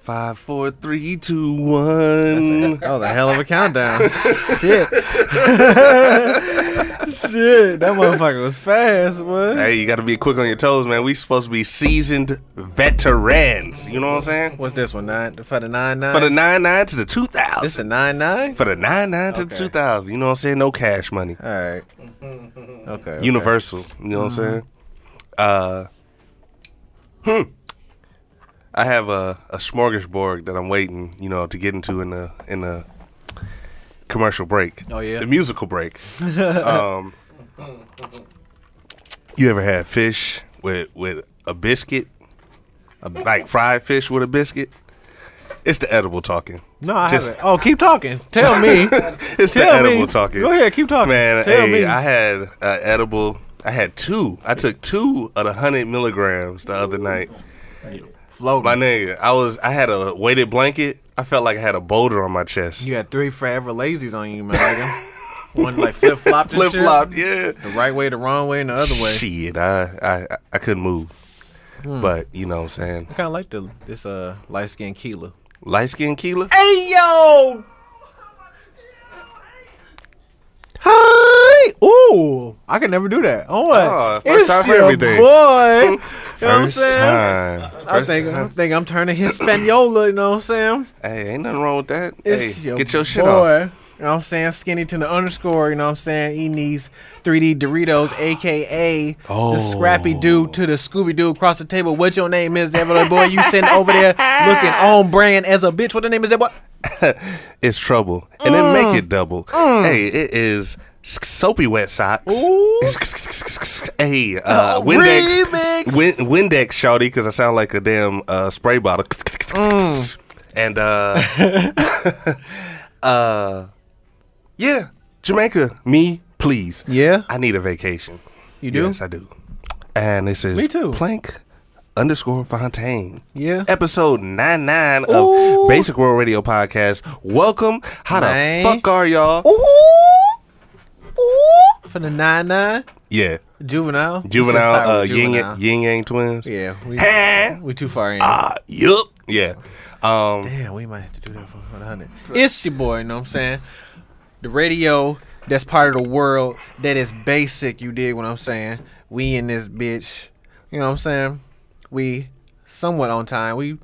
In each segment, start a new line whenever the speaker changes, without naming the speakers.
Five, four, three, two, one.
That was a hell of a countdown. Shit. Shit. That motherfucker was fast, boy.
Hey, you got to be quick on your toes, man. We supposed to be seasoned veterans. You know what I'm saying?
What's this one? Nine for the nine nine?
For the nine nine to the two
this the
thousand.
nine nine?
For the nine nine to the
Okay.
two thousand. You know what I'm saying? No cash money.
Alright. Okay. okay.
Universal. You know what I'm saying? Uh, hmm. I have a, a smorgasbord that I'm waiting, you know, to get into in the in the commercial break.
Oh, yeah?
the musical break. um, you ever had fish with with a biscuit, like fried fish with a biscuit? It's the edible talking.
No, I
Just-
haven't. Oh, keep talking. Tell me.
It's
Tell
the edible
me.
talking.
Go ahead, keep talking.
Man,
Tell
hey,
me.
I had uh, edible. I had two. I took two of the hundred milligrams the other night.
Floating.
My nigga, I was. I had a weighted blanket. I felt like I had a boulder on my chest.
You had three forever lazies on you, man. nigga. One like flip flopped.
Flip flop. Yeah.
The right way, the wrong way, and the other way. Hmm.
Shit, I I I couldn't move. But you know what I'm saying.
I kind of like the this uh light skinned Keela.
Light skinned Keela.
Hey yo! Hi! Ooh, I can never do that. Oh, what?
Oh, first
it's
time for
your
everything.
boy. you know what I'm
First
saying?
time.
I
First
think, I
time.
think I'm turning Hispaniola, you know what I'm saying?
Hey, ain't nothing wrong with that.
It's
hey, get your shit
boy.
off.
You know what I'm saying? Skinny to the underscore, you know what I'm saying? Eating these 3D Doritos, aka the
Oh.
scrappy dude to the Scooby Doo across the table. What your name is, that little boy you sitting over there looking on brand as a bitch. What the name is that boy?
It's trouble, and then
Mm.
make it double. Hey, it is s- soapy wet socks.
Ooh.
Hey, uh,
Oh,
Windex,
remix.
Win- Windex, shawty, because I sound like a damn uh, spray bottle.
Mm.
And uh, uh, yeah, Jamaica, me, please.
Yeah.
I need a vacation.
You do?
Yes, I do. And this is
Me too.
Plank underscore Fontaine.
Yeah.
Episode 99 of
Ooh.
Basic World Radio Podcast. Welcome. How
Man.
the fuck are y'all?
For the nine nine
Yeah.
juvenile. We should
Juvenile,
start with
uh, yin,
Juvenile.
yin Yang twins.
Yeah, we,
Hey.
we too far in.
Ah, yup. Yeah. Um,
Damn, we might have to do that for for the hundred. It's your boy. You know what I'm saying? The radio that's part of the world that is basic. You dig what I'm saying? We in this bitch. You know what I'm saying? We somewhat on time. We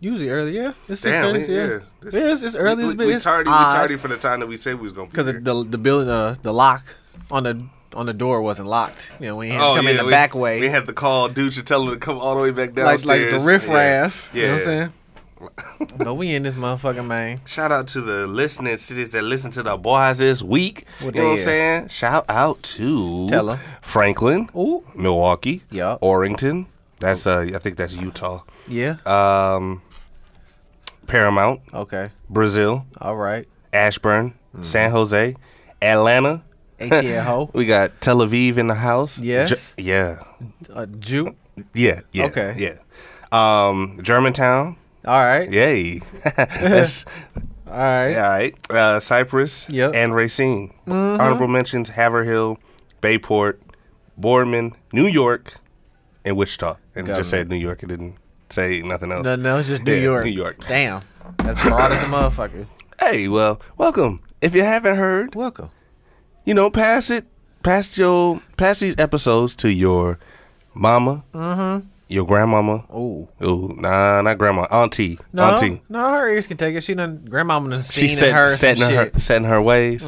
usually early. Yeah, it's six
damn,
thirty.
we-
Yeah,
This-
Yeah, it's, it's early.
We,
as
we,
bitch.
we
It's
tardy, we
odd.
tardy for the time that we said we was going to
because the, the the building uh, the lock on the on the door wasn't locked. You know, we had to come in the
Oh, we,
back way,
We had to call dude to tell him to come all the way back
like
downstairs.
like the riffraff.
Yeah.
You know
yeah.
what I'm saying? but we in this motherfucking man.
Shout out to the listening cities that listen to the boys this week.
What
you know
they
what I'm
is?
saying? Shout out to
Tell 'em.
Franklin,
Ooh.
Milwaukee,
Yeah.
Orrington. That's uh, I think that's Utah.
Yeah.
Um, Paramount,
okay.
Brazil,
All right.
Ashburn,
Mm-hmm.
San Jose, Atlanta.
ATL ho.
We got Tel Aviv in the house.
Yes.
Ge- yeah,
A Jew.
yeah, yeah.
Okay.
yeah. Um, Germantown.
All right.
Yay. That's
All right.
All right. Uh, Cypress
Yep. Mm-hmm.
and Racine. Honorable mentions Haverhill, Bayport, Boardman, New York, and Wichita. And it
Got
just
it.
said New York. It didn't say nothing else.
No, no, it's just New
Yeah,
York.
New York.
Damn. That's broad as a motherfucker.
Hey, well, welcome. If you haven't heard,
Welcome.
you know, pass it, pass your, pass these episodes to your mama,
Mm-hmm.
your grandmama.
Ooh.
Ooh, nah, not grandma, auntie,
Oh. No,
auntie.
no, her ears can take it. She done grandmama done seen
She
and
set,
heard
setting
some
her
shit.
setting her ways.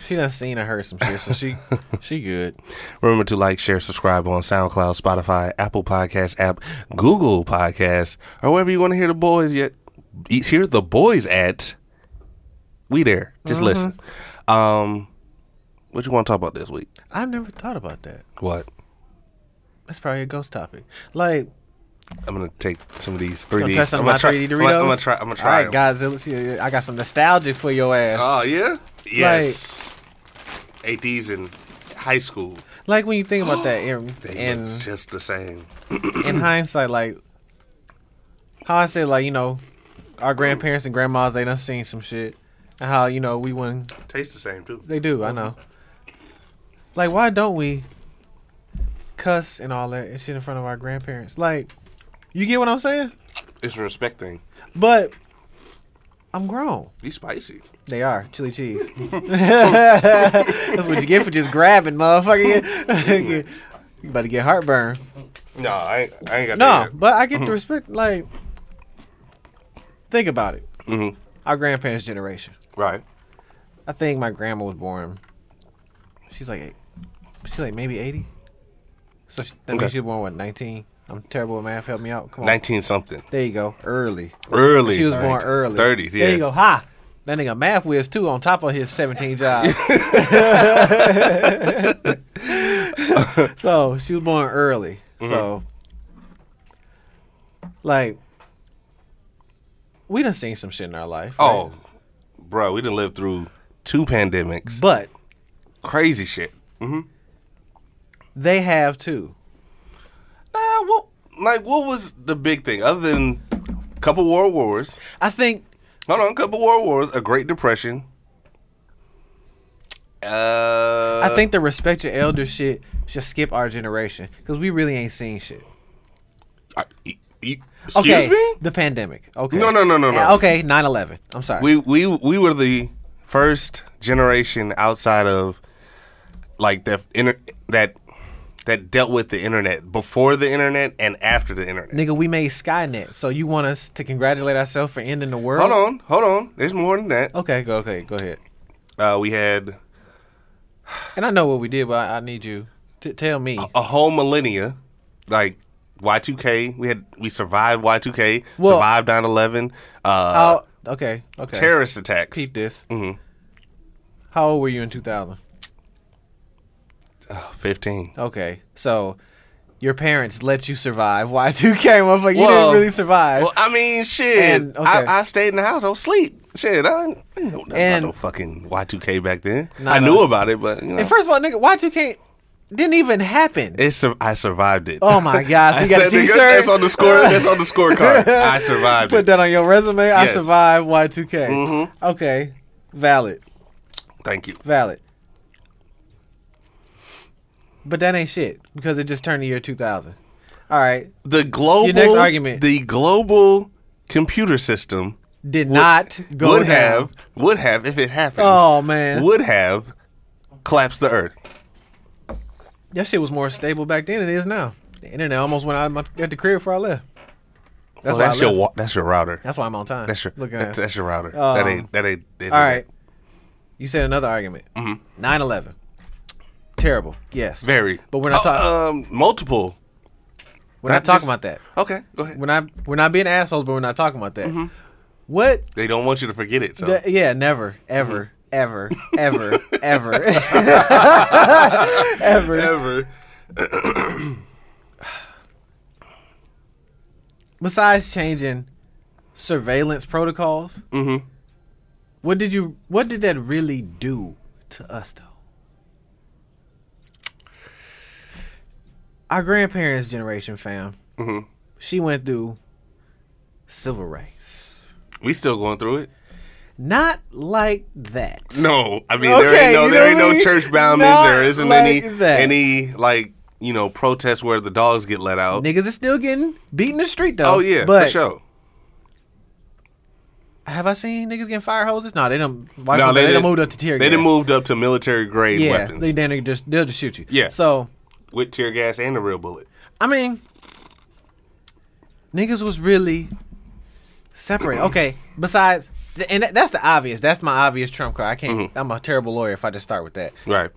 She done seen and heard some shit, so she she good.
Remember to like, share, subscribe on SoundCloud, Spotify, Apple Podcast app, Google Podcast, or wherever you want to hear the boys. Yet hear the boys at. We there. Just
Mm-hmm.
listen. Um, what you want to talk about this week?
I've never thought about that.
What?
That's probably a ghost topic. Like,
I'm gonna take some of these
gonna
3Ds.
test some
I'm
of my
gonna try.
3D
I'm
Doritos.
gonna- I'm gonna try. I'm gonna try.
All right,
'em.
Godzilla. See, I got some nostalgia for your ass.
Oh yeah. Yes. Ate these in high school.
like when you think about that, in
They
in,
looked just the same.
in hindsight, like how I said, like you know, our grandparents and grandmas they done seen some shit, and how you know we wouldn't.
Taste the same too.
They do, I know. Like, why don't we cuss and all that and shit in front of our grandparents? Like, you get what I'm saying?
It's a respect thing.
But I'm grown.
He's spicy.
They are chili cheese. That's what you get for just grabbing, motherfucker. you you about to get heartburn.
No, I ain't, I ain't got
No,
that. yet.
but I get the respect. Like, think about it.
Mhm.
Our grandparents' generation.
Right.
I think my grandma was born. She's like, eight- she's like maybe eighty. So she, that
Okay.
means she was born what nineteen. I'm terrible at math. Help me out. Come on.
19 something.
There you go. Early.
Early.
She was born early.
30s, yeah.
There you go. Ha. That nigga math whiz too on top of his 17 jobs. so she was born early.
Mm-hmm.
So like we done seen some shit in our life. right?
Oh, bro, we didn't live through two pandemics.
But
Crazy shit.
they have too.
Nah, what, like, what was the big thing other than a couple world wars?
I think
Hold on, a couple world wars, a Great Depression. Uh,
I think the respect your elder shit should skip our generation. Cause we really ain't seen shit.
I- e- e- excuse
okay,
me.
The pandemic. Okay. Eh,
No, no, no, no, no.
Okay, 9-11. I'm sorry.
We we we were the first generation outside of like the inter- that that dealt with the internet before the internet and after the internet.
Nigga, we made Skynet. So you want us to congratulate ourselves for ending the world?
Hold on, hold on. There's more than that.
Okay, go okay, go ahead.
Uh, we had
And I know what we did, but I, I need you to tell me.
a whole millennia, like Y2K. We had we survived Y2K,
Well-
survived 9/11, uh,
How, okay, okay.
terrorist attacks.
Peep this.
Mhm.
How old were you in 2000?
Oh, Fifteen.
Okay, so your parents let you survive. Y2K, motherfucker, you
Well-
didn't really survive.
Well, I mean, shit.
And- okay.
I, I stayed in the house. I was asleep. Shit, I didn't I didn't know nothing
And-
about no fucking Y2K back then.
Nah,
I
nah.
knew about it, but you know,
and first of all, nigga, Y2K didn't even happen.
it sur- I survived it.
oh my God, so you got a
That nigga-
t-shirt?
That's on the score. That's on the scorecard. I survived
Put
it.
that on your resume. I
Yes. Mm-hmm.
survived Y2K. Okay, valid.
Thank you.
Valid. But that ain't shit because it just turned the year 2000. All right.
The global
next argument.
The global computer system
Did not go
would
down.
have would have if it happened.
Oh, man.
would have collapsed the earth.
That shit was more stable back then than it is now. The internet almost went out of my, at the crib before I left.
Well,
That's why
Oh, that's
I
your
left.
wa- that's your router.
That's why I'm on time.
That's your
Looking
that's,
at it.
that's your router. that
Um,
ain't that ain't. That
All right. You said another argument. 9 11. Terrible. Yes.
Mm-hmm. Very.
But we're not
Oh,
talking.
Um, multiple.
we're
not
not, talking
just-
about that.
Okay, go ahead.
We're not. We're not being assholes, but we're not talking about that.
Mm-hmm.
What
They don't want you to forget it. So
Th- yeah, never, ever, ever, ever, ever, ever.
ever.
Besides changing surveillance protocols,
Mhm.
what did you? What did that really do to us, though? Our grandparents' generation, fam.
Mhm.
She went through civil rights.
We still going through it.
Not like that.
No, I mean there
Okay,
ain't no
you
there
know
ain't
what I
no
mean?
church boundings.
Not
There isn't
like
any
that.
any like you know protests where the dogs get let out.
Niggas is still getting beat in the street though.
oh yeah,
but
for sure.
Have I seen niggas getting fire hoses? No, they don't. Why
No,
they,
they
they done
didn't-
moved up to tear
They
gas.
done moved up to military grade
Yeah,
weapons
they then they just they'll just shoot you.
Yeah.
So
with tear gas and a real bullet.
I mean, niggas was really separate. Okay. Besides, th- and that, that's the obvious. That's my obvious trump card. I can't.
Mm-hmm.
I'm a terrible lawyer if I just start with that.
Right.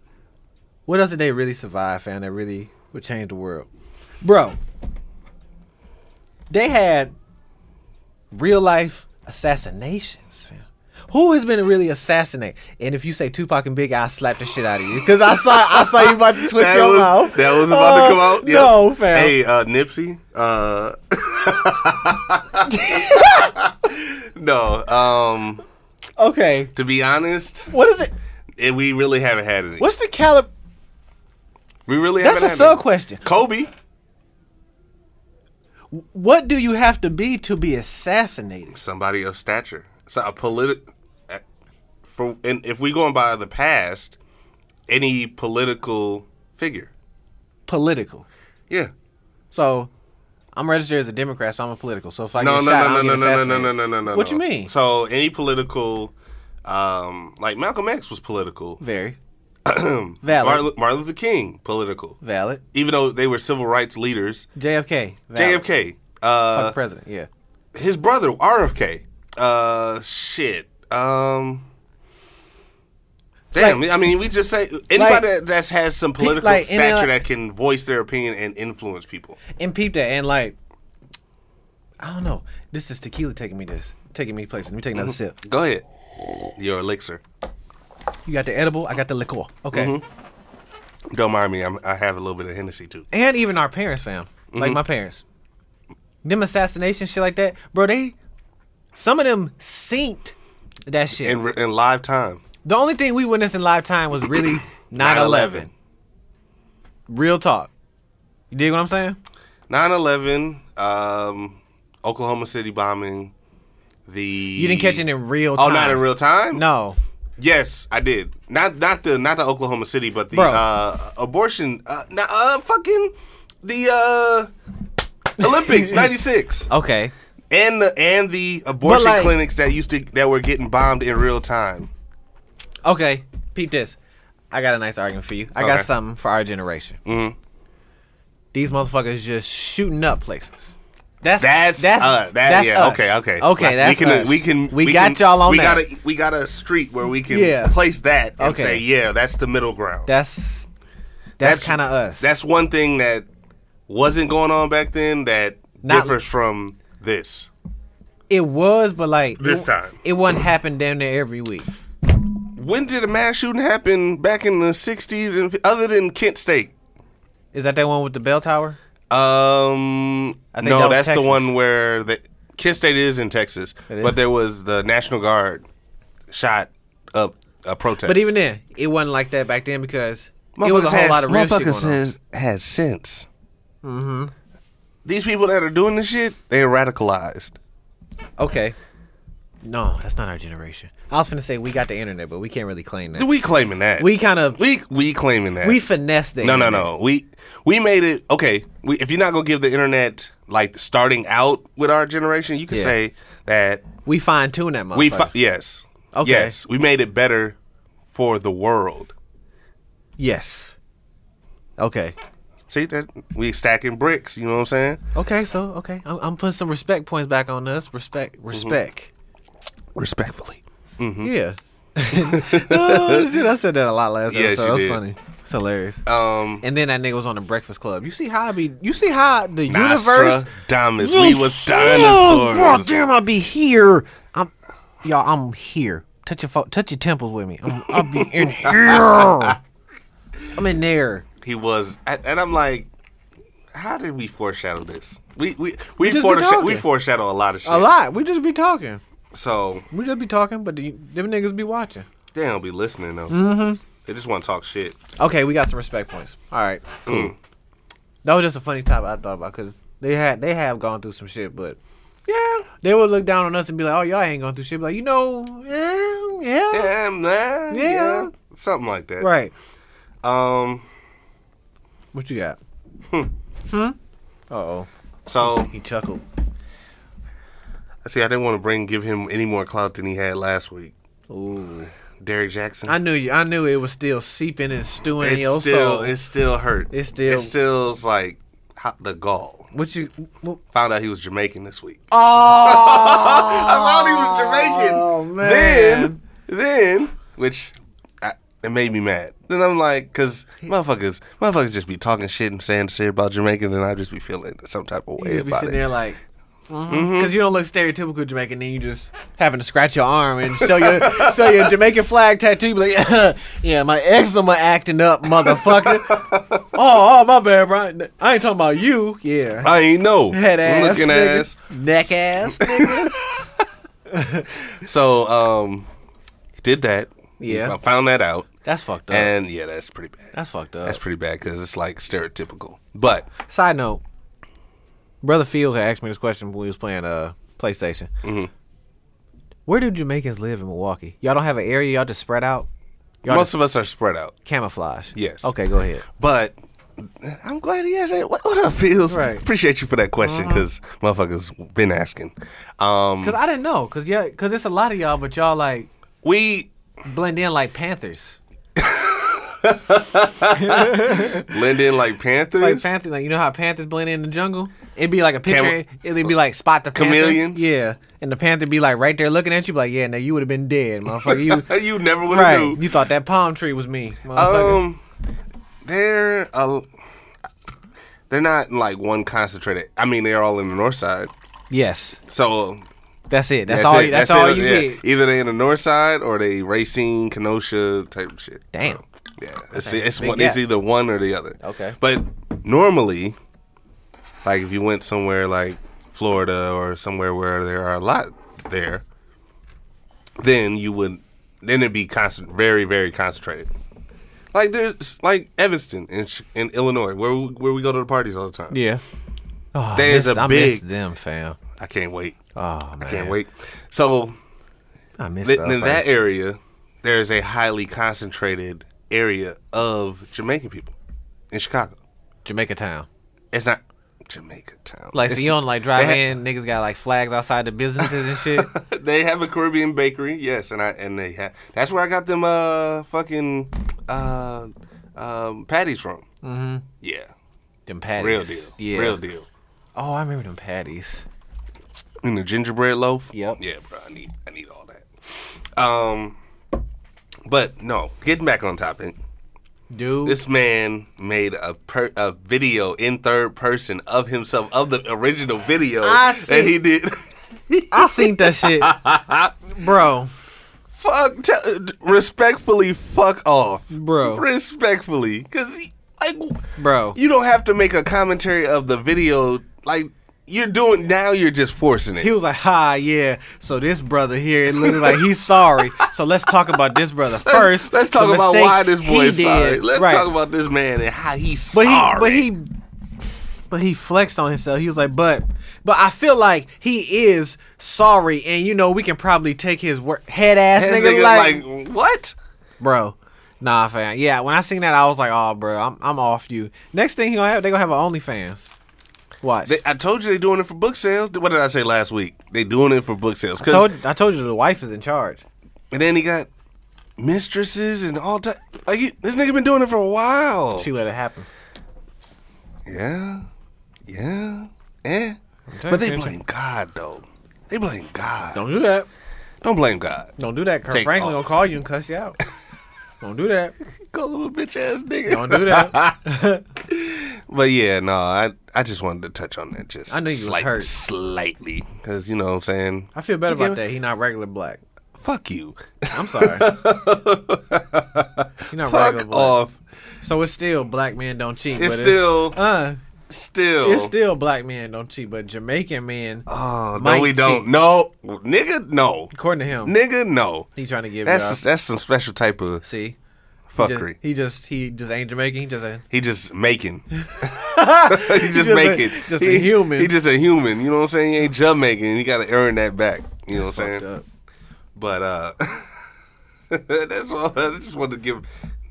What else did they really survive, fam? That really would change the world, bro. They had real life assassinations, fam. Who has been really assassinated? And if you say Tupac and Big, I will slap the shit out of you because I saw I saw you about to twist
That
your
was,
mouth.
that was about
Uh,
to come out. Yep.
No, fam.
Hey, uh, Nipsey. Uh, no. Um,
Okay,
to be honest,
what is it?
it, we really haven't had any.
What's the caliber?
We really
That's a
haven't had
sub
any.
question.
Kobe.
What do you have to be to be assassinated?
somebody of stature. So a political, for and if we going by the past, any political figure,
Political.
yeah,
So I'm registered as a Democrat, so I'm a political. So if I
No,
get
no,
shot,
no, no,
I'm getting
no, no, no,
assassinated.
no, no, no, no, no.
What you mean?
So any political, um, like Malcolm X was political.
Very
Martin,
valid.
Lu- Martin Luther King political.
Valid.
Even though they were civil rights leaders,
JFK. Valid.
JFK, uh,
Fuck president. Yeah.
his brother RFK, uh, shit, um. Damn, I mean, we just say anybody
like-
that that's has some political
like, any,
stature
like-
that can voice their opinion and influence people.
and peep that and like I don't know. This is tequila taking me this taking me places. Let me take
Mm-hmm.
another sip.
Go ahead, your elixir.
You got the edible, I got the liqueur. Okay.
Mm-hmm. Don't mind me. I'm, I have a little bit of Hennessy too.
And even our parents, fam.
Mm-hmm.
Like my parents. Them assassination shit like that, bro, they some of them synced that shit.
in, in live time.
the only thing we witnessed in live time was really 9-11. Real talk. You dig what I'm saying?
9-11, um, Oklahoma City bombing, the...
You didn't catch it in real
Oh,
time.
not in real time?
No.
Yes, I did. Not not the not the Oklahoma City, but the
Bro.
uh, abortion. Uh, nah, uh, fucking the uh, Olympics '96
Okay.
and the and the abortion
like-
clinics that used to that were getting bombed in real time.
Okay, peep this. I got a nice argument for you. I got
Okay. Mm-hmm.
something for our generation. These motherfuckers just shooting up places. That's
That's
that's
uh, that,
that's
yeah,
us.
okay, okay,
okay.
Like,
That's
we can
us.
we can
we,
can-
got y'all on
we
that.
got a we got a street where we can
Yeah.
place that and
Okay.
say yeah, that's the middle ground.
that's that's,
That's-
kind of us.
That's one thing that wasn't going on back then that
Not-
differs from this.
it was, but like
This
it,
time.
it wasn't happen damn near every week.
When did a mass shooting happen back in the '60s? And other than Kent State,
Is that that one with the bell tower?
um,
I think
no,
that was
that's
Texas.
the one where the Kent State is in Texas,
It is.
but there was the National Guard shot up a protest.
But even then, it wasn't like that back then because it was a
Motherfuckers
whole
has-
lot of real shit
motherfuckers
going on.
has, has sense. Mm-hmm. These people that are doing this shit, they're radicalized.
Okay. No, that's not our generation. I was gonna say we got the internet, but we can't really claim that.
We claiming that.
We kind of
we we claiming that.
we finessed the
No, no,
internet.
no. We we made it okay. We, if you're not gonna give the internet like starting out with our generation, you could
Yeah.
say that
We fine tuned that motherfucker.
we fi- yes,
Okay.
yes, we made it better for the world.
yes. Okay.
See that we stacking bricks. You know what I'm saying?
Okay. So okay, I'm, I'm putting some respect points back on us. Respect.
Mm-hmm.
Respect.
Respectfully. Mm-hmm.
Yeah. oh shit! I said that a lot last
Yes,
episode.
you
That was
did.
funny. It's hilarious.
Um,
and then that nigga was on the Breakfast Club. You see how I be? You see how the universe?
Nostradamus. We was
God
dinosaurs.
damn! I be here. I'm y'all. I'm here. Touch your fo- touch your temples with me. I'm, I'll be in here. I'm in there.
He was, and and I'm like, how did we foreshadow this? We we we,
just be
foreshadow
talking.
we foreshadow a lot of shit.
A lot. We just be talking.
So
We just be talking, but the, them niggas be watching.
they don't be listening though. Mm-hmm. They just want to talk shit.
Okay, we got some respect points. All right,
Mm.
cool. That was just a funny topic I thought about because they had they have gone through some shit, but
Yeah.
they would look down on us and be like, "Oh, y'all ain't going through shit." Be like, you know, yeah, yeah,
Yeah, man.
Yeah.
Yeah. Something like that.
right.
Um.
What you got? Hmm. Uh oh,
So
he chuckled.
see, I didn't want to bring give him any more clout than he had last week.
Ooh,
Derrick Jackson.
I knew you. I knew it was still seeping and stewing in your
it's still
soul.
it still hurt.
It's still-
it still's like hot, the gall.
What you? What,
Found out he was Jamaican this week.
oh,
I found he was Jamaican.
Oh, man.
Then then which. I, it made me mad. Then I'm like, cause motherfuckers, motherfuckers just be talking shit and saying shit about Jamaicans, and I just be feeling some type of
you
way
just be
about
sitting
it.
there like. Because
Mm-hmm.
you don't look stereotypical Jamaican, then you just happen to scratch your arm and show your show your Jamaican flag tattoo. You be like, yeah, my eczema acting up, motherfucker. oh, oh, my bad, bro. I ain't talking about you. Yeah,
I ain't know.
head ass,
looking
nigga.
ass.
neck ass. nigga.
So, um, he did that.
Yeah.
I found that out.
That's fucked up.
And yeah, that's pretty bad.
That's fucked up.
That's pretty bad because it's like stereotypical. But
Side note, brother Fields had asked me this question when we was playing uh PlayStation.
Mm-hmm.
Where do Jamaicans live in Milwaukee? Y'all don't have an area. Y'all just spread out. Y'all
most
just
of us are spread out.
camouflage.
Yes.
Okay, go ahead.
But I'm glad he asked that. What, what up, Fields?
Right. Uh-huh.
Appreciate you for that question because motherfuckers been asking. Um,
Cause I didn't know. Cause yeah, cause it's a lot of y'all, but y'all like
we
blend in like Panthers.
blend in like Panthers.
Like Panthers, like you know how Panthers blend in the jungle? It'd be like a picture.
Camel-
it'd be like spot the panther.
Chameleons?
Yeah, and the panther be like right there looking at you, be like yeah, now you would have been dead, motherfucker. You
you never would have
right?
knew.
You thought that palm tree was me, motherfucker.
Um, they're uh, they're not in like one concentrated. I mean, they're all in the north side.
yes,
So
that's it. That's,
that's
all.
it.
That's, all
it.
you
Yeah.
get.
Either they in the north side or they Racine, Kenosha type of shit.
Damn.
So, yeah, it's
a
it's
big
one, it's
gap.
either one or the other.
Okay.
But normally, like if you went somewhere like Florida or somewhere where there are a lot there, then you would then it'd be constant, very very concentrated. Like there's like Evanston in Ch- in Illinois where we, where we go to the parties all the time.
Yeah. Oh, I
There's
missed-
a
I missed
big-
them fam.
I can't wait.
Oh man,
I can't wait. So
I missed
Th-
the
in
first-
that area, there is a highly concentrated area of Jamaican people in Chicago.
Jamaica town.
It's not Jamaica town.
Like so
It's-
you don't like drive
they
in, niggas got like flags outside the businesses and shit.
ha- they have a Caribbean bakery, yes, and I and they have. That's where I got them uh fucking uh um patties from. Mm-hmm. Yeah,
them patties.
real deal.
Yeah.
Real deal.
Oh, I remember them patties.
And the gingerbread loaf.
Yep.
Yeah, bro. I need I need all that. Um, but no, getting back on topic.
Dude.
This man made a per, a video in third person of himself of the original video
I
that
see.
he did.
I seen that shit. Bro.
fuck, tell respectfully, fuck off,
Bro.
Respectfully, because like
Bro.
you don't have to make a commentary of the video. Like you're doing now, you're just forcing it.
He was like, ha, yeah. So this brother here, it looked like he's sorry. So let's talk about this brother 1st
let's, let's talk
The
about
mistake
why this boy
he
is sorry.
did.
Let's
Right.
talk about this man and how he's
but
sorry.
he but he but he flexed on himself. He was like, but but I feel like he is sorry, and you know we can probably take his wor- head ass
This
nigga,
nigga
like,
like what?
bro. Nah, fam. Yeah, when I seen that, I was like, oh, bro, I'm I'm off you. Next thing he gonna have, they gonna have an OnlyFans. Watch.
They, I told you they doing it for book sales. What did I say last week? They doing it for book sales.
I
'Cause-
told, I told you the wife is in charge.
and then he got mistresses and all that. Like he, this nigga been doing it for a while.
She let it happen.
yeah, yeah, eh.
telling
But they
you, man.
blame God though. They blame God. Don't,
Don't do that.
blame God.
Don't do that. Kurt
Take
Franklin
off.
gonna call you and cuss you out. Don't do that.
Go little bitch ass nigga.
Don't do that.
But yeah, no, I I just wanted to touch on that just
I knew you was hurt.
slightly because you know what I'm saying.
I feel better
You
about
give-
that. He not regular black.
Fuck you.
I'm sorry. You're not regular
Fuck
black.
off.
So it's still black men don't cheat.
It's
but
still,
uh,
still,
it's still black men don't cheat, but Jamaican men,
Oh no,
Mike
we don't.
cheat.
No, nigga, no,
according to him,
nigga, no.
he trying to give
That's
you
that's some special type of
See, He just-
fuckery.
He just he just ain't Jamaican. He just ain't.
He just making. he just,
just a-
making.
just a
He-
human.
He just a human. You know what I'm saying? He ain't Jamaican. He got to earn that back. You know
That's
what I'm
fucked
saying?
up.
But uh, that's all. I just wanted to give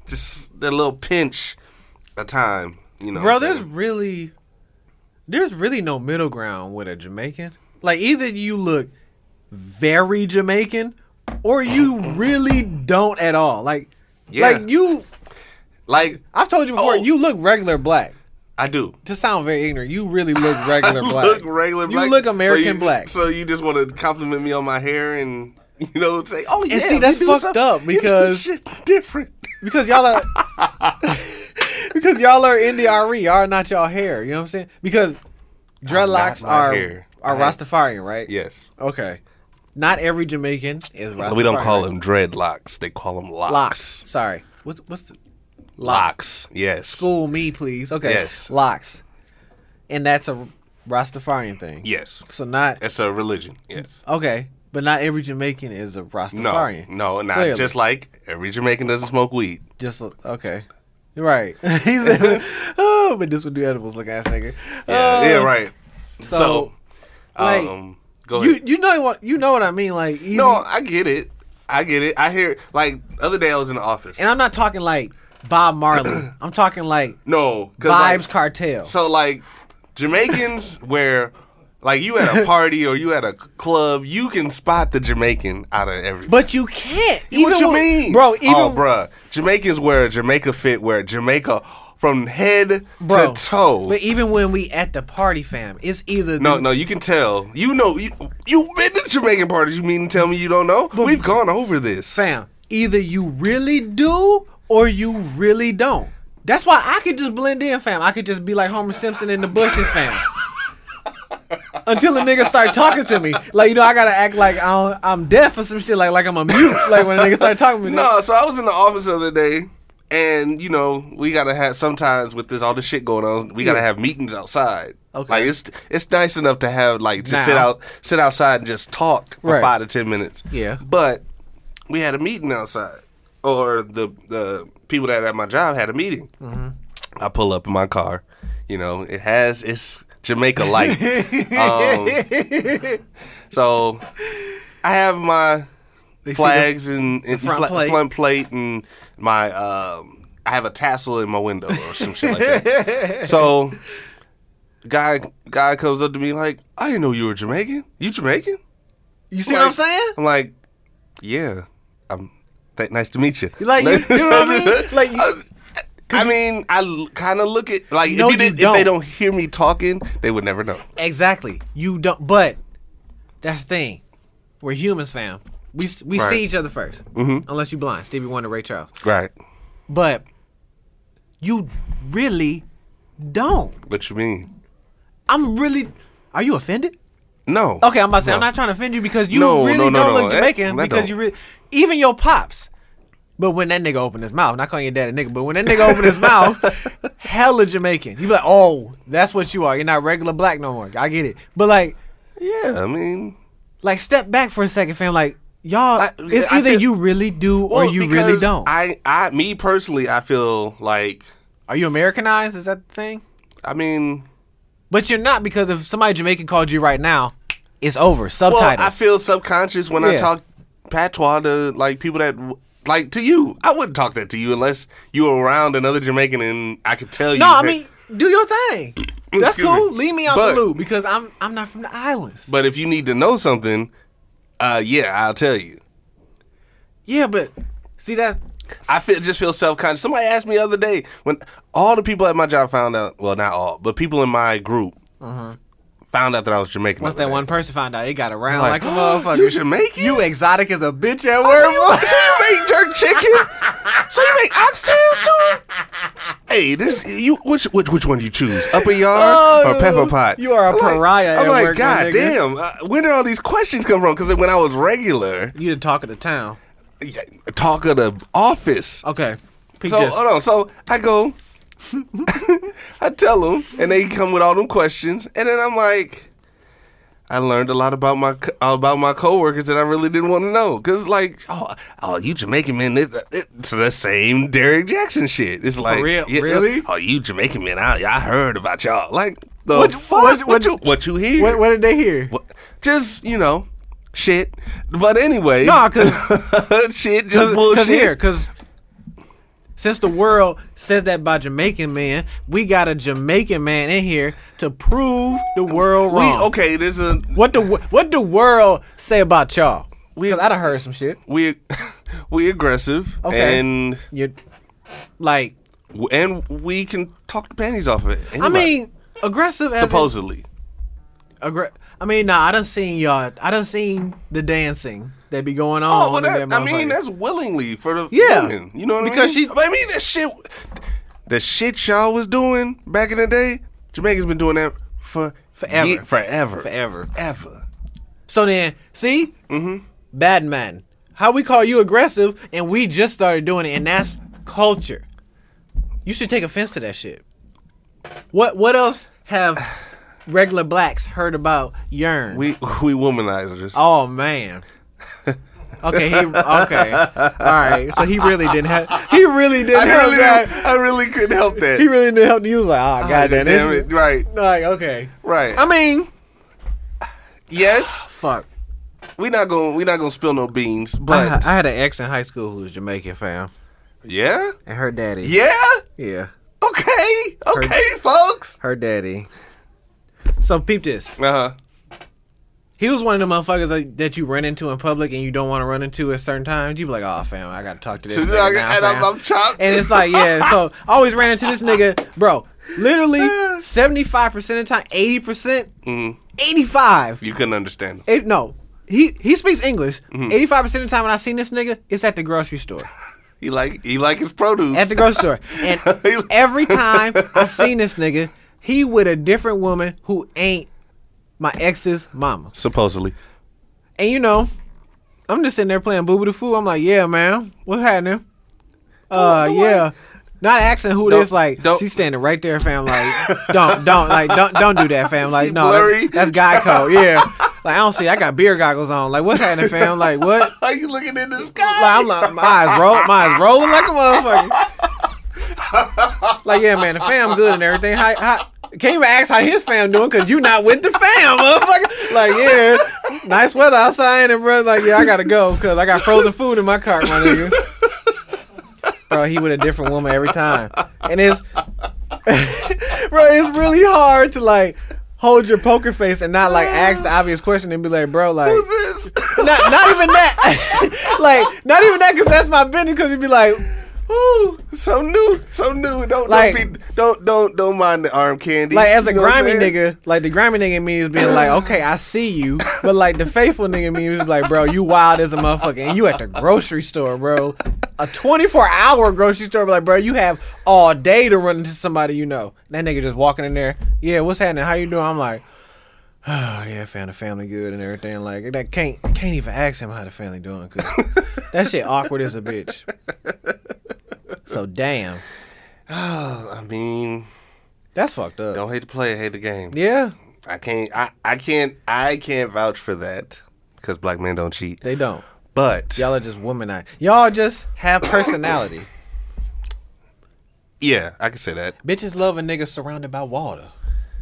just that little pinch a time. You know,
Bro,
what I'm
there's
saying?
really there's really no middle ground with a Jamaican. Like either you look very Jamaican or you really don't at all. Like
Yeah.
like you
like
I've told you before,
Oh.
you look regular black.
I do.
To sound very ignorant, you really look regular black.
look regular black.
You look
So
American
you-
black.
So you just want to compliment me on my hair and you know say, oh yeah.
see,
we
that's
do
fucked
something-
up
we do
because-
shit different.
because y'all are because y'all are NDRE, E, y'all are not y'all hair. You know what I'm saying? Because dreadlocks
my
are
hair.
are
I-
Rastafarian, right?
Yes.
Okay. Not every Jamaican is Rastafarian.
We don't call them dreadlocks. They call them locks.
locks. Sorry. What's what's the
Locks. Yes.
school me please? Okay.
Yes.
Locks. And that's a Rastafarian thing.
Yes.
So not
It's a religion. Yes.
okay, but not every Jamaican is a
No.
Rastafarian.
No. Not
Clearly.
just like every Jamaican doesn't smoke weed.
Just okay. You're Right. He said, oh, but this would do edibles, look ass nigga.
Yeah.
Uh,
yeah. Right.
So,
So,
like,
um, go ahead.
you you know what you know what I mean like easy,
no, I get it. I get it. I hear like the other day I was in the office.
and I'm not talking like Bob Marley. I'm talking like
No, 'cause,
Vibes
like,
Cartel.
So like Jamaicans where like you at a party or you at a club, you can spot the Jamaican out of everything.
but you can't.
what
even
you
with-
mean?
bro? Even
oh, bruh. Jamaicans wear a Jamaica fit where Jamaica from head
bro,
to toe.
But even when we at the party, fam, it's either
no,
the-
no, you can tell. You know, you, you've been to Jamaican parties. You mean to tell me you don't know? We've gone over this.
fam. Either you really do or you really don't. That's why I could just blend in, fam. I could just be like Homer Simpson in the bushes, fam. Until the niggas start talking to me, like you know, I gotta act like I don't, I'm deaf or some shit, like like I'm a mute, like when the niggas start talking to me.
No, so I was in the office the other day, and you know we gotta have sometimes with this all this shit going on, we gotta
Yeah.
have meetings outside.
Okay.
like it's it's nice enough to have like just sit
Now.
out sit outside and just talk for
Right.
five to ten minutes.
Yeah.
but we had a meeting outside, or the the people that at my job had a meeting.
Mm-hmm.
I pull up in my car, you know it has it's Jamaica light. Um, so I have my
see
flags and, and
front
fla-
plate.
front plate and my um, I have a tassel in my window or some shit like that. So guy guy comes up to me like, I didn't know you were Jamaican. You Jamaican?
You see what I'm saying?
I'm like, yeah. I'm. Th- nice to meet you. Uh,
Like, you- you know what I mean? Like, you-
I mean, I kind of look at like
No,
if,
you
you did, if they
don't.
don't hear me talking, they would never know.
Exactly. You don't. But that's the thing. We're humans, fam. We s- we
Right.
see each other 1st Mm-hmm. Unless you blind, Stevie Wonder, Ray Charles.
Right.
But you really don't.
What you mean?
I'm really. Are you offended?
No.
Okay, I'm about to say I'm
No.
not trying to offend you because you
No,
really
no, no,
don't
no.
look
Eh,
Jamaican
I
because
don't.
you really even your pops. But when that nigga opened his mouth, not calling your dad a nigga, but when that nigga opened his mouth, hella Jamaican. You be like, oh, that's what you are. You're not regular black no more. I get it. But like,
Yeah, I mean,
like step back for a second, fam. Like y'all,
I-
it's
I
either
feel-
you really do or
Well,
you really
because
don't.
I, I, me personally, I feel like,
Are you Americanized? Is that the thing?
I mean,
But you're not because if somebody Jamaican called you right now, it's over.
well,
Subtitles.
I feel subconscious when I
Yeah.
talk patois to like people that like to you. I wouldn't talk that to you unless you were around another Jamaican and I could tell you.
no, I
that-
mean do your thing. That's
Excuse
cool.
me.
Leave me out
But-
the loop because I'm I'm not from the islands.
but if you need to know something, uh, yeah, I'll tell you.
yeah, but see that
I feel just feel self conscious. Somebody asked me the other day when all the people at my job found out. Well, not all, but people in my group found out that I was Jamaican.
once
the other
Uh-huh. that
day.
one person found out, it got around
Like,
like, a motherfucker.
you Jamaican?
You exotic as a bitch
So
at
you,
work.
so you make jerk chicken? So you make oxtails too? Hey, this you which which which one you choose? Upper yard
Oh,
or pepper pot?
you are a
I'm like-
pariah
I'm
at
like,
work, my
God
nigga."
damn! Uh, where did all these questions come from? Because when I was regular,
You the talk of the town.
yeah, talk of the office.
Okay. Peep
So
this.
hold on. So I go, I tell them, and they come with all them questions, and then I'm like, I learned a lot about my co- about my coworkers that I really didn't want to know, cause like, oh, oh, you Jamaican men, it, it's the same Derek Jackson shit. It's like,
real?
yeah,
Really?
Oh, you Jamaican men, I, I heard about y'all. Like, the
What-
fuck?
what-
What,
what-
you what you hear?
what, what did they hear?
What- just you know, shit. But anyway,
Nah, 'cause-
shit, just
Cause,
bullshit.
cause here, cause since the world says that by Jamaican man, we got a Jamaican man in here to prove the world
we,
wrong.
okay, there's a
What the wo- what the world say about y'all?
We-
Cause I done heard some shit.
we we aggressive
Okay.
and
You like
and we can talk the panties off of it.
I mean aggressive as in-
supposedly.
aggra- I mean nah, I done seen y'all. I done seen the dancing that be going on.
Oh, well,
in
that,
that
I mean,
motherfucker.
that's willingly for the
Yeah.
women. You know what
Because
I mean?
she-
But I mean that shit. The shit y'all was doing back in the day, Jamaica's been doing that for
Forever.
ye- forever,
forever.
ever.
So then, see, mm-hmm. bad man. How we call you aggressive, and we just started doing it, and that's culture. You should take offense to that shit. What What else have regular blacks heard about yearn?
We we womanizers.
oh man. Okay, he, okay, all right. So he really didn't have. He really didn't
I
have
really,
that.
I really couldn't help that.
He really didn't help. He was like, "Oh, goddamn,
damn
this
it!
is-
Right,
Like, okay,
right.
I mean,
yes,
fuck.
we not gonna we not gonna spill no beans,
Uh-huh, I,
but
I had an ex in high school who was Jamaican, fam.
Yeah?
and her daddy.
Yeah?
Yeah.
Okay. Okay, folks.
Her daddy. So peep this.
Uh-huh.
He was one of the motherfuckers that- that you run into in public and you don't want to run into at certain times. You be like, oh fam, I gotta talk to this.
So,
nigga
like,
now,
and I'm,
fam."
I'm chopped.
And it's like, yeah. So I always ran into this nigga, bro. Literally seventy five percent of the time, eighty percent,
Mm-hmm.
eighty five.
you couldn't understand him.
It, no, he he speaks English.
Mm-hmm.
85 percent of the time when I seen this nigga, it's at the grocery store.
He like he like his produce.
At the grocery store, and every time I seen this nigga, he with a different woman who ain't my ex's mama.
Supposedly.
And you know, I'm just sitting there playing boo boo the fool. I'm like, yeah, man, what's happening? Uh, yeah. Not asking who
Oh, Don't-
this like.
don't-
She's standing right there, fam. Like, don't, don't, like, don't, don't do that, fam. Like,
She
no, that-
blurry.
that's guy code. Yeah, like I don't see. I got beer goggles on. Like, what's happening, fam? Like, what?
Are you looking in the sky?
Like, I'm like, my eyes roll, my eyes rolling like a motherfucker. Like, yeah, man, the fam good and everything. How, how, can't even ask how his fam doing because you not with the fam, motherfucker. Like, yeah, nice weather outside and bro. Like, yeah, I gotta go because I got frozen food in my cart, my nigga. Bro, he with a different woman every time, and it's bro, it's really hard to like hold your poker face and not like ask the obvious question and be like, bro, like
Who's this?
not, not even that. like, not even that, because that's my business. Because you'd be like,
Ooh, so new, so new. Don't
Like-
don't, be, don't don't don't mind the arm candy.
like as a
You know what I'm
grimy
saying?
nigga, like the grimy nigga in me is being like, okay, I see you, but like the faithful nigga in me is like, bro, you wild as a motherfucker, and you at the grocery store, bro, a twenty four hour grocery store, but like, bro, you have all day to run into somebody you know. That nigga just walking in there, yeah, what's happening? How you doing? I'm like. Oh yeah, found the family good and everything. Like that can't I can't even ask him how the family doing because that shit awkward as a bitch. So damn,
I mean,
that's fucked up.
don't hate the player, hate the game.
Yeah,
I can't. I, I can't. I can't vouch for that because black men don't cheat.
they don't.
But
Y'all are just womanized. Y'all just have personality.
yeah, I can say that.
Bitches love a nigga surrounded by water.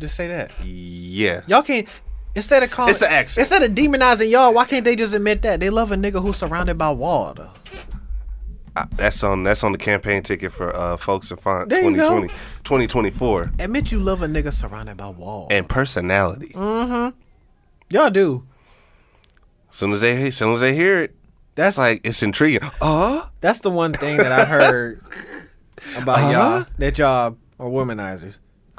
Just say that.
Yeah,
Y'all can't. Instead of calling,
It's the accent.
Instead of demonizing y'all, why can't they just admit that they love a nigga who's surrounded by water?
I- that's on. That's on the campaign ticket for uh, folks in font
There you go.
2020, 2024,
Admit you love a nigga surrounded by water.
and personality.
Y'all do.
Soon as they, soon as they hear it,
That's
it's like it's intriguing. Uh
that's the one thing that I heard about
Uh-huh.
y'all that y'all are womanizers.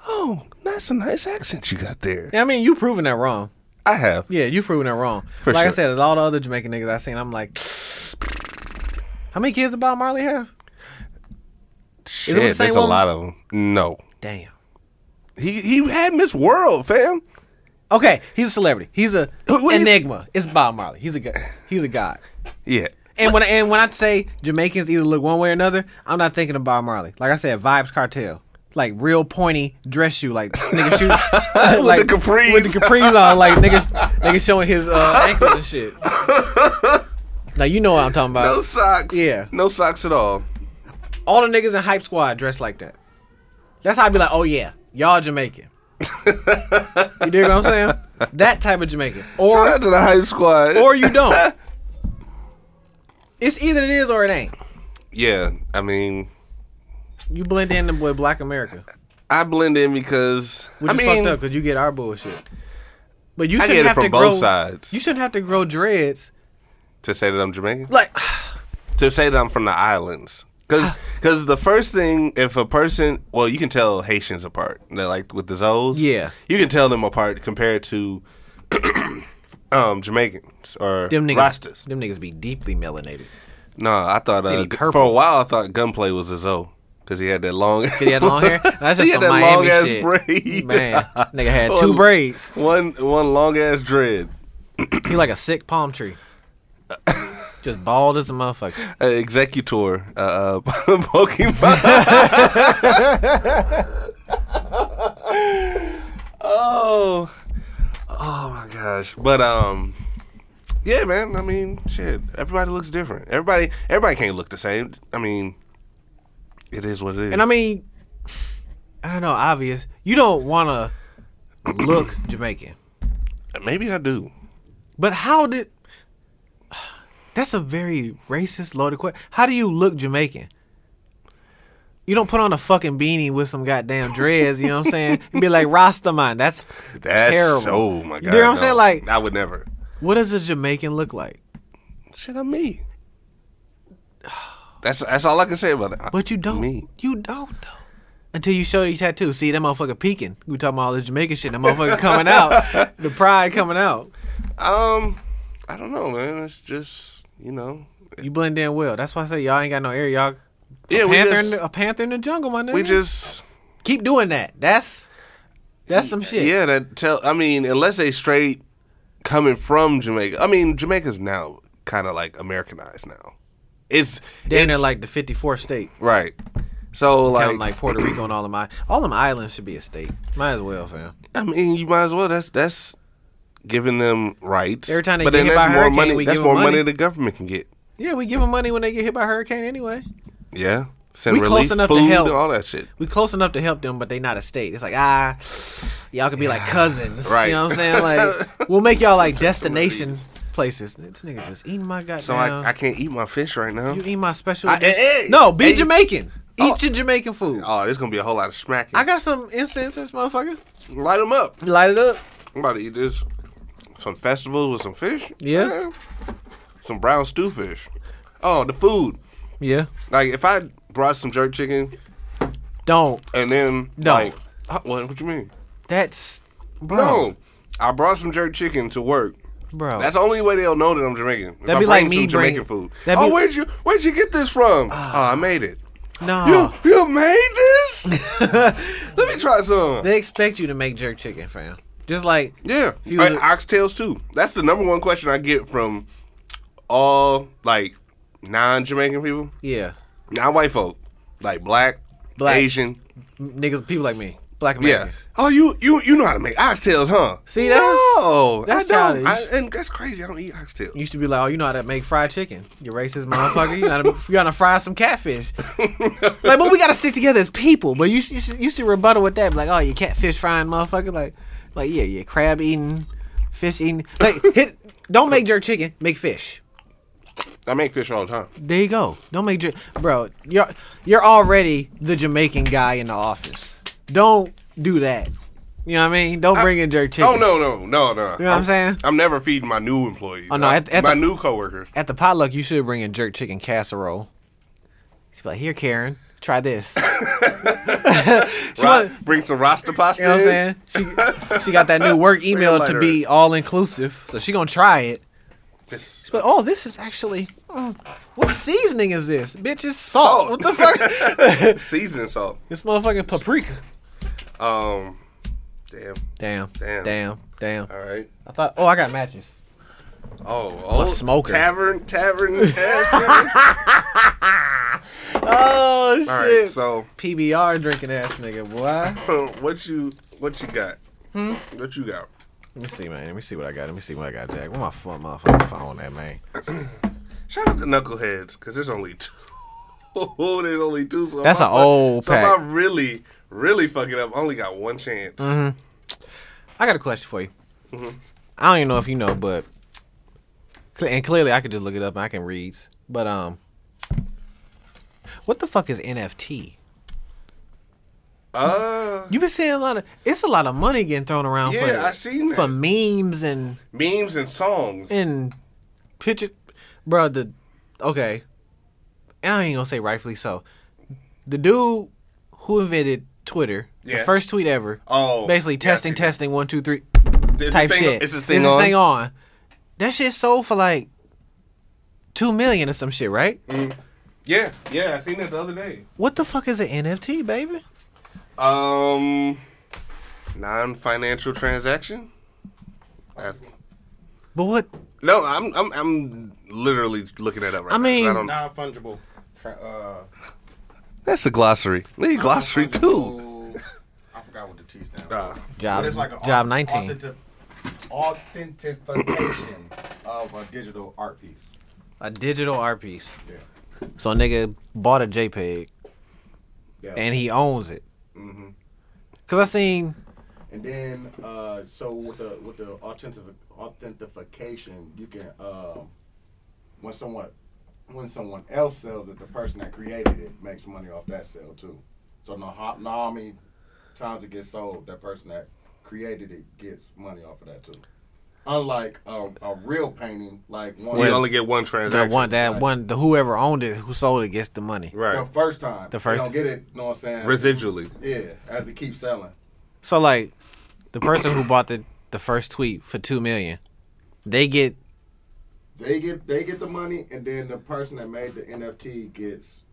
oh, that's a nice accent you got there.
I mean, you proven that wrong.
I have.
Yeah, you proven that wrong.
For
like I
sure.
said, a lot of other Jamaican niggas I seen, I'm like, how many kids did Bob Marley have?
Shit,
the
there's
same
a
woman?
lot of them. No,
Damn.
he he had Miss World, fam.
Okay, he's a celebrity. He's a
Who- what is-
enigma. It's Bob Marley. He's a god. He's a god.
Yeah,
And when and when I say Jamaicans either look one way or another, I'm not thinking of Bob Marley. Like I said, vibes cartel. Like real pointy dress shoe, like nigga shoot
the capris.
with the capris on, like niggas niggas showing his uh, ankles and shit. Now you know what I'm talking about.
no socks.
yeah.
no socks at all.
All the niggas in hype squad dress like that. That's how I be like, oh yeah, y'all Jamaican. you dig what I'm saying? That type of Jamaican, or
Shout out to the hype squad.
or you don't. it's either it is or it ain't.
yeah, I mean,
You blend in with Black America,
I blend in because
which
I
is
mean,
fucked up because you get our bullshit. But you
I
shouldn't
get it
have
from
to
both
grow,
sides.
You shouldn't have to grow dreads.
to say that I'm Jamaican,
Like
to say that I'm from the islands, because
Ah.
the first thing if a person, well, you can tell Haitians apart. They're like with the Zoes.
Yeah.
you can tell them apart compared to um Jamaicans or
them niggas,
Rastas.
them niggas be deeply melanated.
No, I thought uh,
Maybe
g-
purple.
for a while I thought Gunplay was a Zoe because he had that long.
He had long hair. That's just
He
some
had that
Miami
long-ass
shit.
braid.
Man, nigga had two
One-
braids.
One one long ass dread.
He like a sick palm tree. Just bald as a motherfucker.
Uh, executor, uh, uh, Pokemon. oh, oh my gosh! But um, yeah, man. I mean, shit. Everybody looks different. Everybody, everybody can't look the same. I mean, it is what it is.
And I mean, I don't know, obvious. You don't want to look Jamaican.
maybe I do.
But how did. That's a very racist, loaded question. How do you look Jamaican? You don't put on a fucking beanie with some goddamn dreads, you know what I'm saying? And be like Rastaman. That's
That's
terrible.
oh my god.
You know what I'm saying?
no.
Like,
I would never.
what does a Jamaican look like?
Shit, I'm me. That's that's all I can say about it.
But you don't.
Me.
You don't though. Until you show your tattoo. See that motherfucker peeking. We talking about all this Jamaican shit. That motherfucker coming out. The pride coming out.
Um, I don't know, man. It's just you know,
You blend in well. That's why I say y'all ain't got no air. Y'all
yeah.
a
We
panther,
just,
in the, a panther in the jungle, my nigga.
we just
keep doing that. That's that's some shit.
yeah. That tell. I mean, unless they straight coming from Jamaica. I mean, Jamaica's now kind of like Americanized now. It's
Then
it's-
they're like the 54th state.
right. So
Counting
like,
like Puerto Rico and all of my all of my islands should be a state. Might as well, fam.
I mean, you might as well. That's that's giving them rights.
Every time they
but
get
then
hit
that's
by a
more
hurricane,
money.
we
that's
give 'em
more money.
money.
the government can get.
Yeah, we give them money when they get hit by a hurricane anyway.
Yeah, send
We close
relief,
enough to
food,
help.
all that shit.
we close enough to help them, but they not a state. It's like ah, y'all could be like cousins.
Right.
You know what I'm saying? Like we'll make y'all like destination places. This nigga just eating my goddamn.
So I, I can't eat my fish right now.
you eat my special.
I-
dish-
hey, hey,
no, be
hey.
Jamaican.
Oh.
Eat your Jamaican food.
Oh, there's gonna be a whole lot of smacking.
I got some incenses, motherfucker.
Light them up.
Light it up.
I'm about to eat this. Some festivals with some fish.
Yeah.
Some brown stew fish. Oh, the food.
Yeah.
Like if I brought some jerk chicken
Don't.
and then
No.
like, huh, what, what you mean?
That's bro.
No, I brought some jerk chicken to work.
Bro.
That's the only way they'll know that I'm Jamaican. If
That'd
I
be like
bring
me
some Jamaican
bringing-
food.
that'd
oh,
be- Ah.
where'd you where'd you get this from? oh, I made it.
No.
You you made this? Let me try some.
They expect you to make jerk chicken, fam. Just like
Yeah,
you
and
look-
oxtails too. That's the number one question I get from all like non-Jamaican people,
yeah,
non-white folk, like black,
Black.
Asian.
niggas, people like me, black
Yeah.
Americans.
Oh, you you you know how to make oxtails, huh?
See, that's-
no,
that's
I don't. I,
childish.
and that's crazy. I don't eat oxtails.
used to be like, oh, you know how to make fried chicken. You racist motherfucker. You know how to, you know how to fry some catfish. like, but we got to stick together as people. But you, should- you, should- you should rebuttal with that. be Like, oh, you catfish frying motherfucker. Like, like yeah, yeah, crab eating, fish eating. Like, hit, don't make jerk chicken, make fish.
I make fish all the time.
There you go. Don't make jerk. Bro, you're, you're already the Jamaican guy in the office. Don't do that. You know what I mean? Don't bring in jerk chicken.
Oh no no no no.
You know what I'm saying?
I'm never feeding my new employees.
Oh, no,
I-
at- at
my
the-
new coworkers.
At the potluck, you should bring in jerk chicken casserole. She's like, here, Karen, try this. she
Ra-
want-
bring some rasta pasta.
you know what I'm
in.
saying? She she got that new work email to
lighter.
be all inclusive, so she gonna try it.
Just-
But oh, this is actually mm, what seasoning is this? Bitch, it's
Salt.
salt. What the fuck?
season salt.
it's motherfucking paprika.
Um, damn.
Damn,
Damn.
damn, damn, damn.
All right.
I thought, oh, I got matches.
Oh, oh
smoker.
Tavern, tavern. ass nigga.
Oh shit!
All right, so
PBR drinking ass nigga, boy.
what you what you got? What you got?
Let me see, man. Let me see what I got. Let me see what I got, Jack. Where my phone, motherfucking phone at, man?
Shout out to Knuckleheads because there's only two. there's only two. So if
That's
I
an
fuck-
old
So if
pack.
I really, really fuck it up, I only got one chance.
Mm-hmm. I got a question for you.
Mm-hmm.
I don't even know if you know, but cle- and clearly I could just look it up and I can read. But um, what the fuck is NFT?
Uh,
You've been seeing a lot of it's a lot of money getting thrown around.
Yeah,
for,
I seen that.
for memes and
memes and songs.
and picture, bro. The okay, and I ain't gonna say rightfully so. The dude who invented Twitter,
Yeah.
the first tweet ever.
Oh,
basically
yeah, I
testing,
see that.
testing, one, two, three.
Is
type
this thing,
shit.
Is this
Is
thing
this
on?
on? That shit sold for like two million or some shit, right?
Mm. Yeah, yeah, I seen that the other day.
What the fuck is an NFT, baby?
Um, non-financial transaction. That's-
But what?
No, I'm I'm I'm literally looking that up right
I
now.
mean-
don't-
Non fungible. Uh,
that's a glossary. Leave glossary too.
fungible- I forgot what the T stands for.
Uh,
Job,
But it's like a
job
auth-
nineteen.
authentic- authentication of a digital art piece.
a digital art piece.
Yeah.
So a nigga bought a JPEG
Yeah.
and he owns it.
Mm-hmm.
Cause I seen
And then, uh, so with the with the authentic, authentication, you can uh, um, when someone when someone else sells it, the person that created it makes money off that sale too. So no, ho- no, how many times it gets sold, that person that created it gets money off of that too. Unlike a, a real painting, like one
We only get one transaction.
That one, that one, the whoever owned it, who sold it, gets the money.
the
Right.
first time,
The first-
you don't get it. You know what I'm saying?
Residually.
yeah, as it keeps selling.
So like, the person who bought the the first tweet for two million, they get
They get they get the money, and then the person that made the NFT gets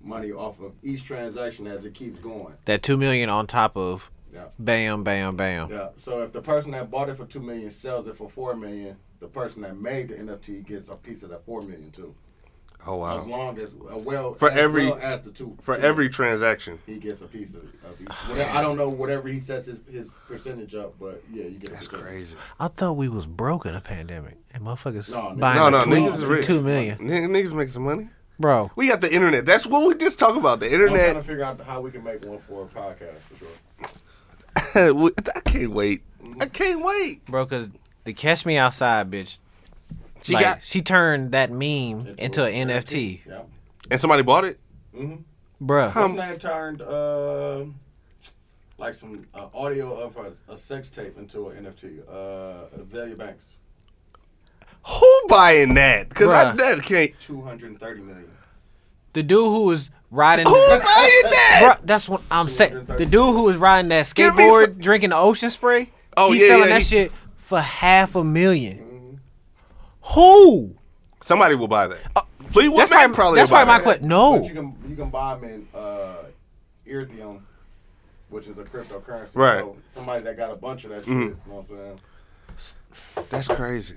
money off of each transaction as it keeps going.
that two million on top of
Yeah.
bam, bam, bam.
Yeah. So if the person that bought it for two million sells it for four million, the person that made the NFT gets a piece of that four million too.
Oh
As
wow.
long as uh, well
For
as
every-
well as the two
For
two,
every transaction.
he gets a piece of, of each. Whatever, I don't know whatever he sets his, his percentage up, but yeah, you get.
That's crazy.
I thought we was broke in a pandemic, and motherfuckers
No, nigga.
buying
No,
a
no,
tweet
niggas is
for
rich.
two million,
Niggas, niggas make some money.
bro.
We got the internet. That's what we just talk about. The
I'm trying to
internet.
figure out how we can make one for a podcast for sure.
We- I can't wait. I can't wait.
bro. Cause the catch me outside, bitch. She
Like-
got she turned that meme into an NFT,
Yeah.
And somebody bought it.
bro.
Huh.
This man turned uh, like some uh, audio of a, a sex tape into an NFT. Uh, Azalea Banks,
Who buying that? Because I
Bruh.
that can't.
two hundred and thirty million.
The dude who was riding.
Who buying that?
Bro, that's what I'm saying. The dude who was riding that
Give me
skateboard,
some-
drinking the ocean spray,
Oh,
he's
yeah,
selling
yeah,
that
he- Mm-hmm.
shit for half a million. Who?
Somebody will buy that. Fleetwood
Uh, that's
Mac
probably-
probably.
that's
will buy
probably my
that.
que- But no.
you can you can buy them in uh, Ethereum, which is a cryptocurrency.
Right.
So somebody that got a bunch of that
Mm-hmm.
shit. You know what I'm saying?
That's crazy.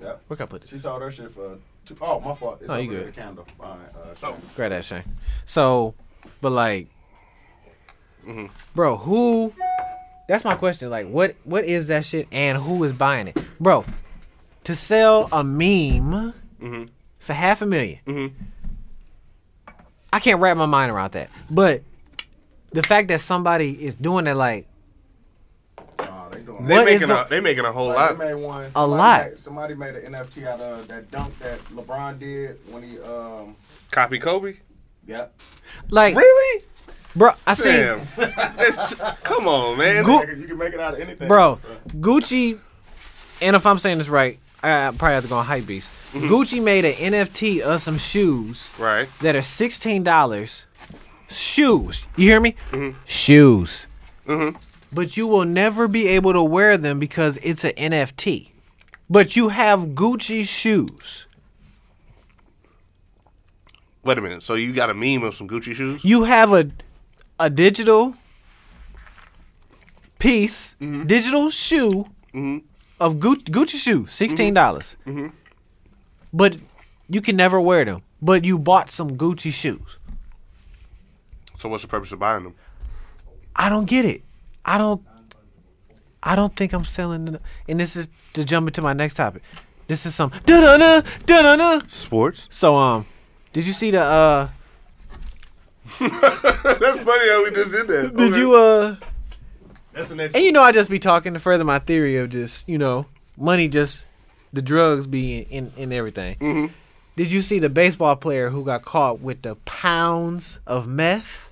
Yep.
Where can I put
She sold her shit for. Two, oh, my fault. It's
No,
over
you
there,
good.
the candle. Alright, uh, Shannon.
Grab that Shane. So, but like,
Mm-hmm.
bro, who? That's my question. Like, what? What is that shit? And who is buying it, bro? To sell a meme
Mm-hmm.
for half a 1000000 I can't wrap my mind around that. But the fact that somebody is doing that, like,
Nah, they doing.
They
What is
making
go-
a they making a whole
Like,
lot.
they made one.
A
somebody
lot.
Made, somebody made an NFT out of that dunk that LeBron did when he um.
Copy Kobe.
Yep.
like,
Really?
bro, I see.
Damn. That's t- come on, man.
Go-
You can make it out of anything,
bro. Gucci, and if I'm saying this right, I, I probably have to go on hype beast. Gucci made an NFT of some shoes
Mm-hmm. Right.
that are sixteen dollars. Shoes, you hear me?
Mm-hmm.
Shoes. But you will never be able to wear them because it's an NFT. But you have Gucci shoes.
Wait a minute. So you got a meme of some Gucci shoes?
You have a a digital piece, digital shoe of Gucci, Gucci shoe, sixteen dollars. But you can never wear them. But you bought some Gucci shoes.
So what's the purpose of buying them?
I don't get it. I don't. I don't think I'm selling. en- And this is to jump into my next topic. This is some da da da da da da.
Sports.
So um, did you see the uh?
That's funny how we just did that.
Did
Okay.
you uh?
That's the next.
And you know, I just be talking to further my theory of just you know, money just the drugs be in in, in everything.
Mm-hmm.
Did you see the baseball player who got caught with the pounds of meth?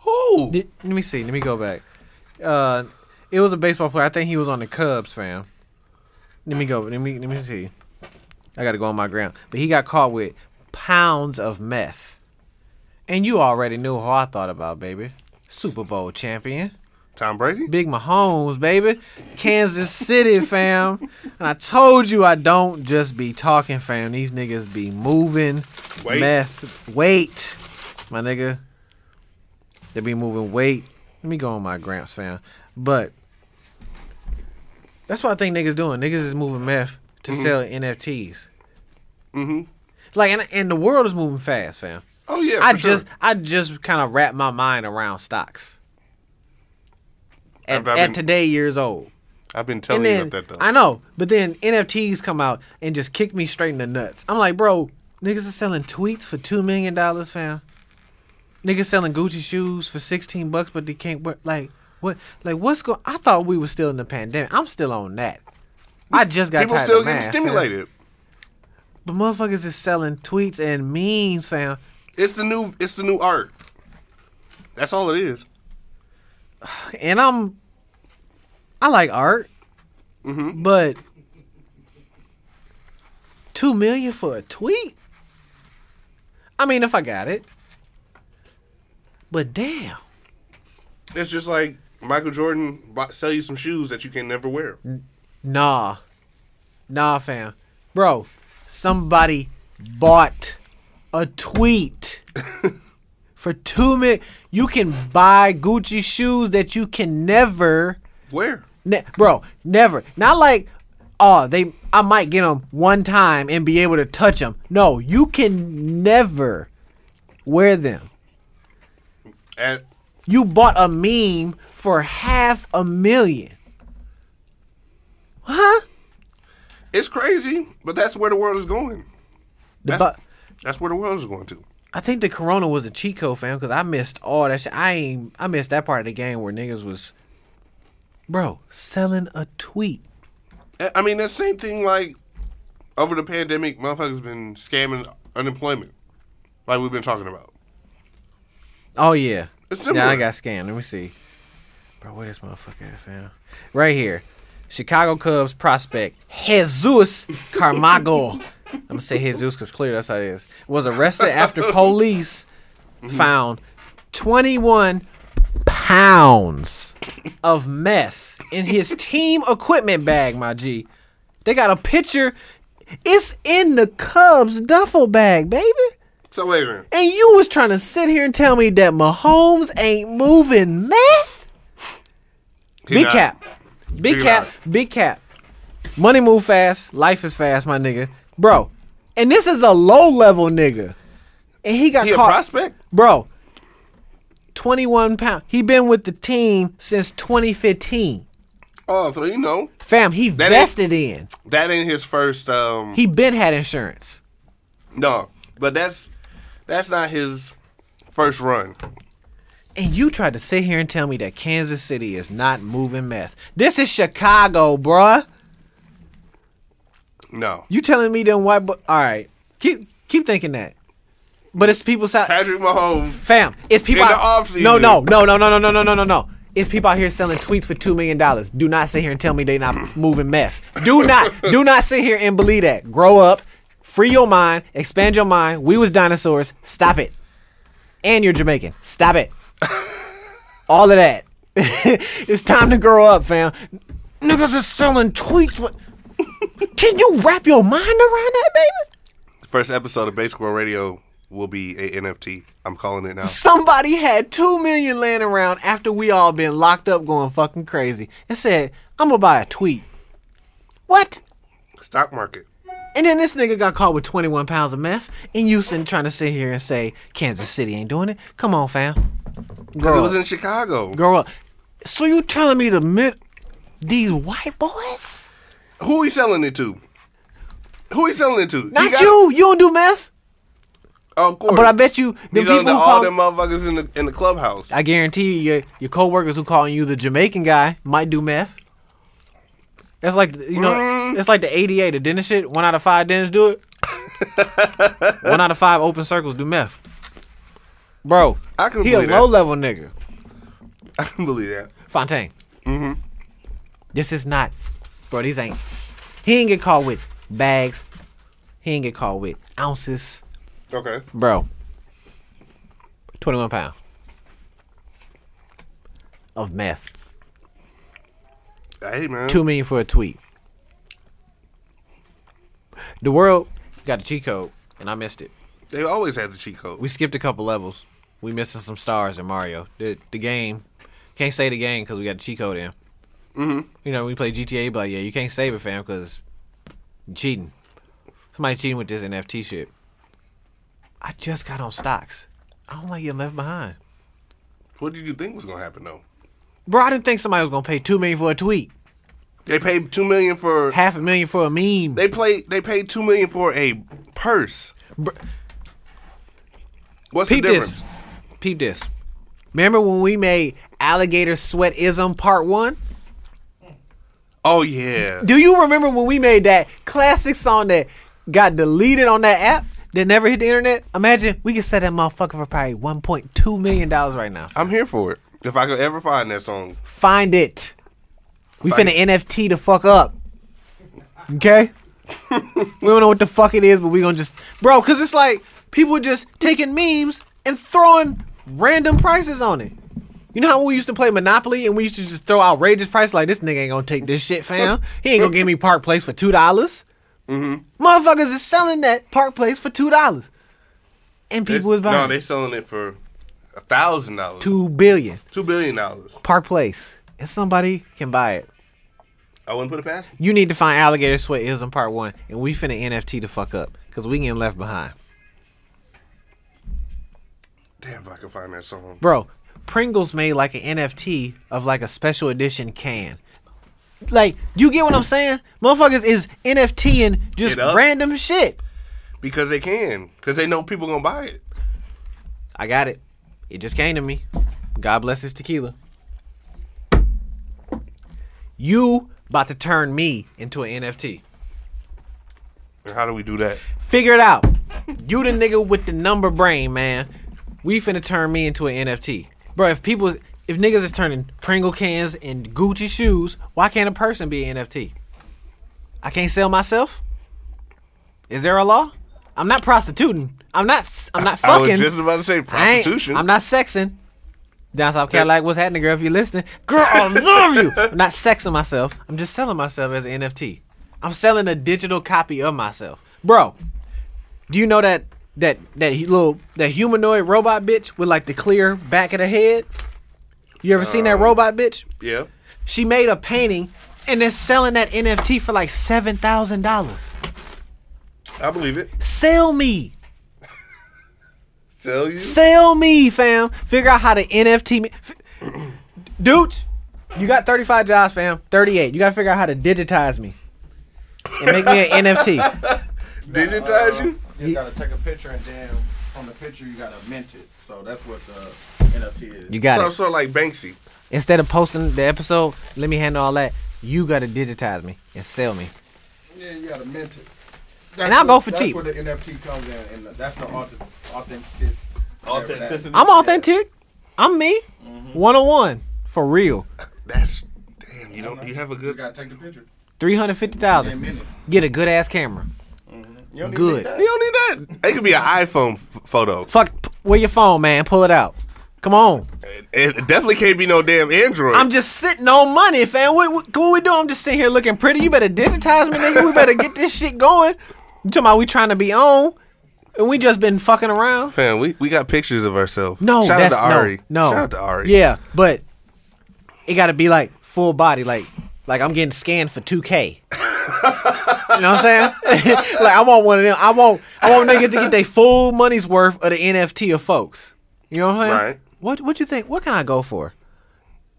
Who?
Did, let me see. Let me go back. Uh, it was a baseball player. I think he was on the Cubs, fam. Let me go. Let me let me see. I got to go on my ground. But he got caught with pounds of meth, and you already knew how I thought about baby Super Bowl champion.
Tom Brady.
Big Mahomes, baby. Kansas City, fam. And I told you I don't just be talking, fam. These niggas be moving
Weight.
meth weight. My nigga. They be moving weight. Let me go on my gramps, fam. But that's what I think niggas doing. Niggas is moving meth to sell NFTs. Mm-hmm. Like and, and the world is moving fast, fam.
Oh yeah.
I
for sure.
just I just kind of wrap my mind around stocks. At,
I've- I've
at
been
today years old,
I've been telling
and
you
then
about that though.
I know, but then NFTs come out and just kick me straight in the nuts. I'm like, bro, niggas are selling tweets for two million dollars, fam. Niggas selling Gucci shoes for sixteen bucks, but they can't wear like what? Like what's going? I thought we were still in the pandemic. I'm still on that. I just got
People
tired
still
of
getting
math, fam.
stimulated.
But motherfuckers is selling tweets and memes, fam.
It's the new. It's the new art. That's all it is.
And I'm, I like art, but two million for a tweet. I mean, if I got it, but damn,
It's just like Michael Jordan bu- sell you some shoes that you can never wear.
Mm. nah, nah, fam, bro. Somebody bought a tweet for two million. You can buy Gucci shoes that you can never.
Where?
Ne- bro, never. Not like, oh, they. I might get them one time and be able to touch them. No, you can never wear them.
At
You bought a meme for half a million. Huh?
it's crazy, but that's where the world is going.
The
That's-
bu-
That's where the world is going to.
I think the Corona was a cheat code, fam, because I missed all that shit. I ain't. I missed that part of the game where niggas was, bro, selling a tweet.
I- I mean, that same thing like over the pandemic, motherfuckers been scamming unemployment, like we've been talking about.
Oh yeah.
It's
Yeah, I
similar.
got scanned. Let me see. Bro, where this motherfucker at, fam? Right here. Chicago Cubs prospect Jesus Carmago. I'm gonna say Jesus because clear that's how it is. Was arrested after police
Mm-hmm.
found 21 pounds of meth in his team equipment bag. My G, they got a picture. It's in the Cubs duffel bag, baby.
So wait a minute.
And you was trying to sit here and tell me that Mahomes ain't moving meth?
He
Big
not-
cap. Big
He
cap. Big cap. Money move fast. Life is fast, my nigga. Bro. And this is a low level nigga. And he got
He a
caught.
prospect?
Bro. 21 pounds. He been with the team since 2015.
Oh, so you know
Fam, he
That ain't-
vested in.
that ain't his first. um
He been had insurance.
No, but that's that's not his first run.
And you tried to sit here and tell me that Kansas City is not moving meth. This is Chicago, bruh.
No,
You telling me them white boy? All right, keep keep thinking that. But it's people side,
Patrick Mahomes.
fam. It's people
In the
out.
offseason.
no, no, no, no, no, no, no, no, no, no, no. It's people out here selling tweets for two million dollars. Do not sit here and tell me they not moving meth. Do not, do not sit here and believe that. Grow up, free your mind, expand your mind. We was dinosaurs. Stop it. And you're Jamaican. Stop it. All of that. it's time to grow up, fam. Niggas is selling tweets for. Can you wrap your mind around that, baby?
The first episode of Basic World Radio will be a NFT. I'm calling it now.
Somebody had two million laying around after we all been locked up going fucking crazy and said, I'm gonna buy a tweet. What?
Stock market.
And then this nigga got caught with 21 pounds of meth, and you sitting trying to sit here and say, Kansas City ain't doing it. Come on, fam.
Because
Grow
it was
up.
in Chicago.
Grow up. So you telling me the mid these white boys?
Who he selling it to? Who he selling it to? He
Not
got- Oh,
you. You don't do meth.
Of course.
But I bet you the
He's
people
people
who
all
call
them motherfuckers in the in the clubhouse.
I guarantee you, your, your coworkers who calling you the Jamaican guy might do meth. That's like you know,
Mm.
it's like the ADA, the dentist shit. One out of five dentists do it. One out of five open circles do meth. Bro,
I can
he a
believe that.
low level nigga.
I can believe that.
Fontaine. Mm-hmm. This is not, bro. These ain't. He ain't get caught with bags. He ain't get caught with ounces,
Okay.
bro. Twenty-one pound of meth.
Hey man.
two million for a tweet. The world got a cheat code, and I missed it.
They always had the cheat code.
We skipped a couple levels. We missing some stars in Mario. The the game can't say the game because we got a cheat code in. Mm-hmm. You know, we play GTA, but yeah, you can't save it, fam, because cheating. Somebody cheating with this NFT shit. I just got on stocks. I don't like getting left behind,
What did you think was gonna happen though?
bro. I didn't think somebody was gonna pay two million for a tweet,
They paid two million for
half a million for a meme.
they played they paid two million for a purse.
Br-
What's
Peep
the difference?
this. Peep this. Remember when we made Alligator Sweat Ism Part 1?
Oh yeah.
Do you remember when we made that classic song that got deleted on that app that never hit the internet, imagine we could sell that motherfucker for probably one point two million dollars right now.
I'm here for it. If I could ever find that song,
Find it. We
Find
finna NFT the fuck up. Okay? we don't know what the fuck it is, but we gonna just Bro, cause it's like people just taking memes and throwing random prices on it. You know how we used to play Monopoly and we used to just throw outrageous prices like this nigga ain't gonna take this shit, fam. He ain't gonna give me Park Place for two dollars.
Mm-hmm.
Motherfuckers is selling that Park Place for two dollars, and people is
no,
buying
they selling it for a thousand dollars,
two billion
two billion dollars.
Park Place, and somebody can buy it.
I wouldn't put it past. me.
You need to find Alligator Sweat Hills in part one, and we finna NFT the fuck up because we getting left behind,
Damn, if I could find that song.
bro. Pringles made like an NFT of like a special edition can. Like, you get what I'm saying? Motherfuckers is NFTing just
It up.
random shit.
Because they can. Because they know people gonna buy it.
I got it. It just came to me. God bless his tequila. You about to turn me into an NFT.
And how do we do that?
Figure it out. You the nigga with the number brain, man. We finna turn me into an NFT. Bro, if people if niggas is turning Pringle cans and Gucci shoes, why can't a person be an NFT? I can't sell myself? Is there a law? I'm not prostituting. I'm not s- I'm not
I
fucking.
was just about to say
I ain't-
prostitution.
I'm not sexing. Down South Cadillac, what's happening, girl? If you're listening, girl, I love you. I'm not sexing myself. I'm just selling myself as an NFT. I'm selling a digital copy of myself, bro. Do you know that that that he- little that humanoid robot bitch with like the clear back of the head? You ever seen that robot bitch?
Yeah.
She made a painting and is selling that NFT for like seven thousand dollars.
I believe it.
Sell me.
Sell you.
Sell me, fam. Figure out how to NFT me. F- Dude, you got 35 jobs, fam. 38. You got to figure out how to digitize me and make me an NFT.
Digitize you.
You gotta take a picture and then from the picture you gotta mint it. So that's what the NFT is.
You got
So,
it.
so like Banksy.
Instead of posting the episode, let me handle all that. You got to digitize me and sell me.
yeah, you gotta mint it. That's
And I'll
what-
go for cheap.
That's where the NFT comes in, and that's the authentic, authentic,
Authenticity.
I'm authentic. I'm me.
Mm-hmm.
101. For real.
That's damn. You don't. You have a
You
good.
gotta take the picture. Then
350,000.
mint it.
Get a good ass camera.
Mm-hmm. You don't even
Good.
need that.
You don't need that. It could be an iPhone f- photo.
Fuck, p- where your phone, man? Pull it out. Come on.
It, it definitely can't be no damn Android.
I'm just sitting on money, fam. What, what, what we do? I'm just sitting here looking pretty. You better digitize me, nigga. We better get this shit going. You talking about we trying to be on, and we just been fucking around.
Fam, we, we got pictures of ourselves.
No,
Shout
that's
out to Ari.
no, no.
Shout out to Ari.
Yeah, but it got to be like full body, like like I'm getting scanned for 2K. you know what I'm saying? like I want one of them. I want I want niggas to get their full money's worth of the NFT of folks. You know what I'm saying?
Right.
What What you think? What can I go for?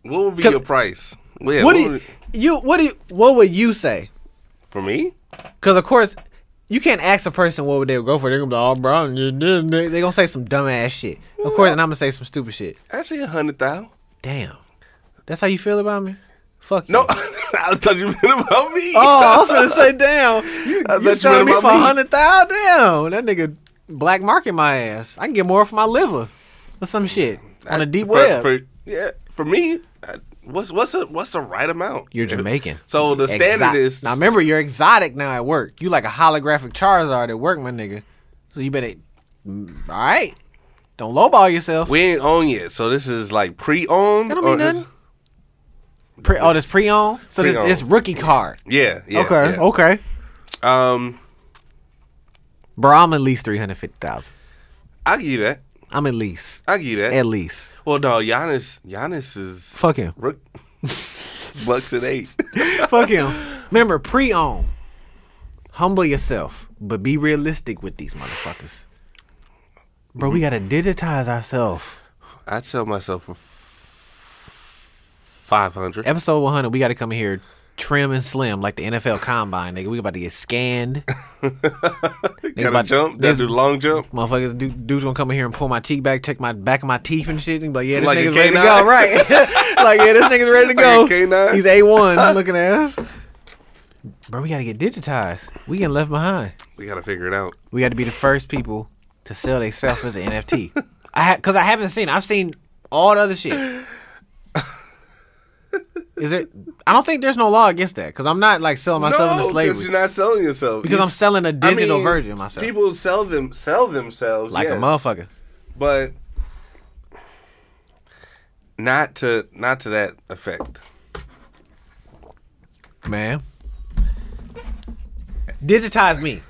What would be
Cause-
your price? Yeah,
what do you,
would-
you what do you, what would you say?
for me?
Because of course, you can't ask a person what would they go for. They're gonna be like, "Oh, bro, they're gonna say some dumbass shit." Of course, and I'm gonna say some stupid shit.
I say a hundred thousand.
Damn, that's how you feel about me? Fuck you.
No, I thought you meant about me.
Oh, I was gonna say, damn, you,
I thought
you
you
selling
meant
me
about
for a
me.
hundred thousand? Damn, that nigga black market my ass. I can get more for my liver or some shit on a deep
for,
web.
for- yeah, for me, I- what's what's a what's the right amount?
You're Jamaican.
So the
Exo-
standard is
now. Remember, you're exotic now at work. You like a holographic Charizard at work, my nigga. So you better, Mm, all right, don't lowball yourself.
we ain't on yet. So this is like pre-owned.
That don't mean
or is-
nothing. Pre- oh, this pre-owned. So this,
Pre-owned.
this rookie card.
Yeah, yeah.
okay,
yeah.
okay.
Um,
Bro, I'm at least three hundred fifty thousand.
I give you that.
I'm at least,
I give you that.
at least.
well, no, Giannis. Giannis is
Fuck him.
rook, bucks at eight.
Fuck him. Remember, pre-owned. Humble yourself, but be realistic with these motherfuckers. Bro,
Mm-hmm.
we gotta digitize ourselves.
I tell myself for five hundred.
episode 100 we got to come in here trim and slim like the nfl combine nigga we about to get scanned
Got to
about-
jump. Got
this-
to do long jump.
motherfuckers dude, dude's gonna come in here and pull my cheek back check my back of my teeth and shit and be like yeah this
Like a
nigga's ready to go
canine.
right like yeah this nigga's ready to go
Like a canine.
he's a1 looking at us bro we gotta get digitized we getting left behind
We gotta figure it out.
We got to be the first people to sell themselves as an NFT. I ha- cuz I haven't seen. I've seen all the other shit. Is it? I don't think there's no law against that because I'm not like selling myself into
because
slavery.
you're not selling yourself.
Because
You-
I'm selling a
I
digital
mean,
version of myself.
People sell them sell themselves
like a
yes,
motherfucker.
but not to not to that effect.
Man. Digitize me.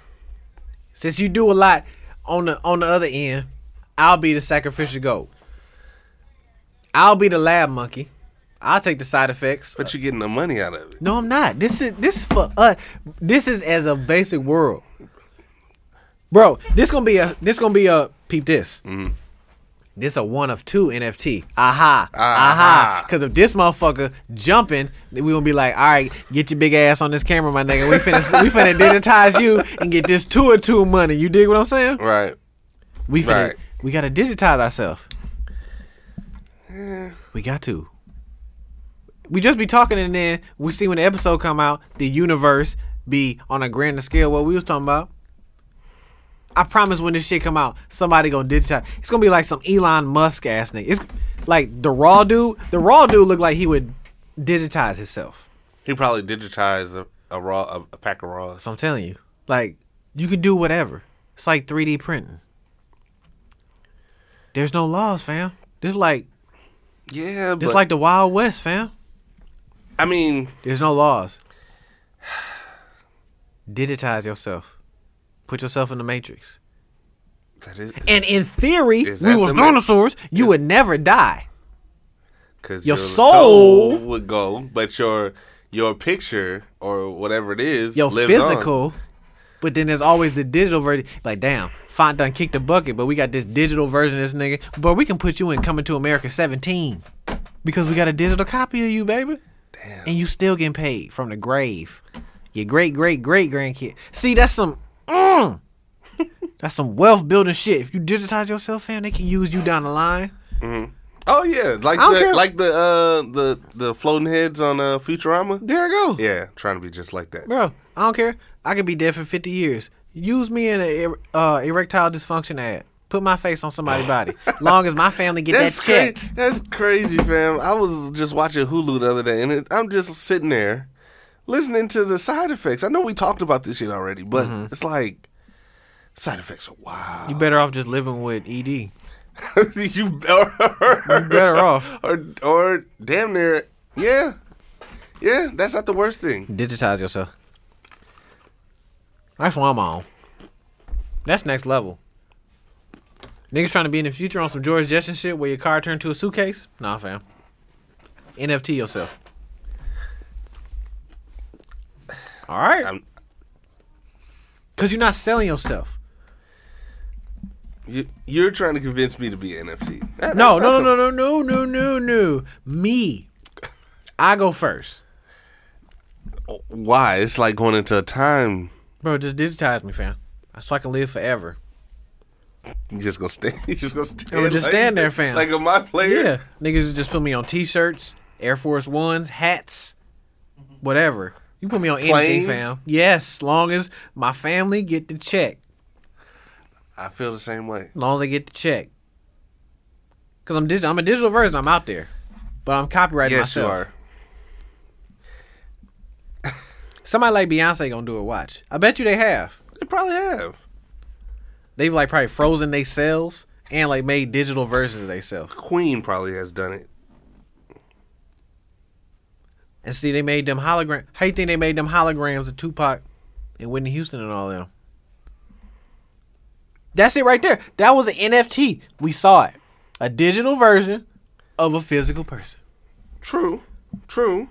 Since you do a lot on the on the other end, I'll be the sacrificial goat. I'll be the lab monkey. I'll take the side effects.
But you're getting the money out of it.
no, I'm not. This is this is for us. This is as a basic world, bro. This gonna be a this gonna be a peep this. This a one of two NFT. Aha, aha. Because if this motherfucker jumping, then we gonna be like, all right, get your big ass on this camera, my nigga. We finna we finna digitize you and get this two or two money. You dig what I'm saying?
Right.
We finna
Right.
we gotta digitize ourselves. We got to. We just be talking and then we see when the episode come out, the universe be on a grander scale what we was talking about. I promise when this shit come out, somebody gonna digitize. It's gonna be like some Elon Musk ass nigga. It's like the raw dude. The raw dude looked like he would digitize himself.
He probably digitized a, a raw a, a pack of raws.
So I'm telling you, like you can do whatever. It's like 3D printing. There's no laws, fam. This like
yeah,
this
but
like the Wild West, fam.
I mean,
There's no laws. Digitize yourself. Put yourself in the matrix.
that is
And in theory,
Is
we
that
was
the ma-
dinosaurs. You would never die.
because
Your soul-
would go, but your your picture or whatever it is,
Your
lives on.
physical, but then there's always the digital version. Like, damn, Font done kicked the bucket, but we got this digital version of this nigga. But we can put you in Coming to America 17 because we got a digital copy of you, baby. Damn. And you still getting paid from the grave. Your great great great grandkid. See, that's some. Mm, that's some wealth building shit. If you digitize yourself, fam, they can use you down the line.
Oh yeah, like
I don't
the
care.
like the uh the the floating heads on uh Futurama.
There you go.
Yeah, trying to be just like that.
bro. I don't care. I could be dead for fifty years. Use me in a uh, erectile dysfunction ad. Put my face on somebody's body. Long as my family get that
That's
check.
crazy. That's crazy, fam. I was just watching Hulu the other day, and it, I'm just sitting there listening to the side effects. I know we talked about this shit already, but
Mm-hmm.
it's like side effects are
You
wild.
better off just living with ED. You
you or,
better off
or or damn near, yeah, yeah. That's not the worst thing.
digitize yourself. That's what I'm on. That's next level. Niggas trying to be in the future on some George Jetson shit where your car turned to a suitcase? Nah, fam. NFT yourself. All right.
I'm,
Cause you're not selling yourself.
you, you're trying to convince me to be an NFT. That-
No,
that's
no,
not
no, no, no, no, no, no, no. Me, I go first,
the- Why? It's like going into a time.
bro. Just digitize me, fam, so I can live forever.
You just gonna stand. You just gonna stand.
I'ma just stand there, fam.
Like a my player.
Yeah, niggas just put me on T-shirts, Air Force Ones, hats, whatever. You put me on
Planes?
anything, fam. Yes, long as my family get the check.
I feel the same way.
As long as I get the check. Cause I'm digital. I'm a digital version. I'm out there, but I'm copyrighting
yes,
myself.
you are.
Somebody like Beyonce gonna do it. Watch. I bet you they have.
They probably have.
They've like probably frozen they cells and like made digital versions of themselves.
Queen probably has done it.
And see, they made them hologram. How you think they made them holograms of Tupac and Whitney Houston and all them? That's it right there. That was an NFT. We saw it, a digital version of a physical person.
True. True.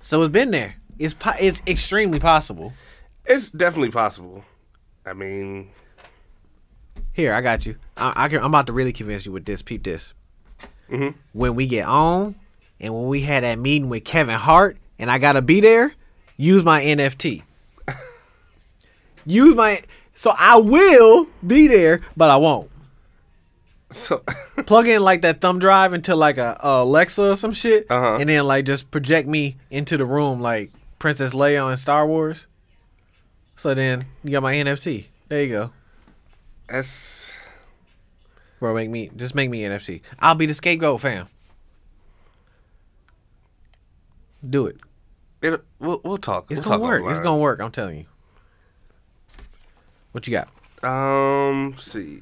So it's been there. It's po- it's extremely possible.
It's definitely possible. I mean,
Here, I got you. I, I can, I'm about to really convince you with this. Peep this. When we get on, and when we had that meeting with Kevin Hart, and I gotta be there, use my NFT. use my so I will be there, but I won't.
so
Plug in like that thumb drive into like a, a Alexa or some shit,
Uh-huh.
and then like just project me into the room like Princess Leia in Star Wars. So then you got my NFT. There you go.
That's
Bro, make me just make me NFC. I'll be the scapegoat, fam. Do it.
it. We'll, we'll talk.
It's
we'll
gonna
talk
work. It's
offline.
gonna work. I'm telling you. What you got?
Um, let's see.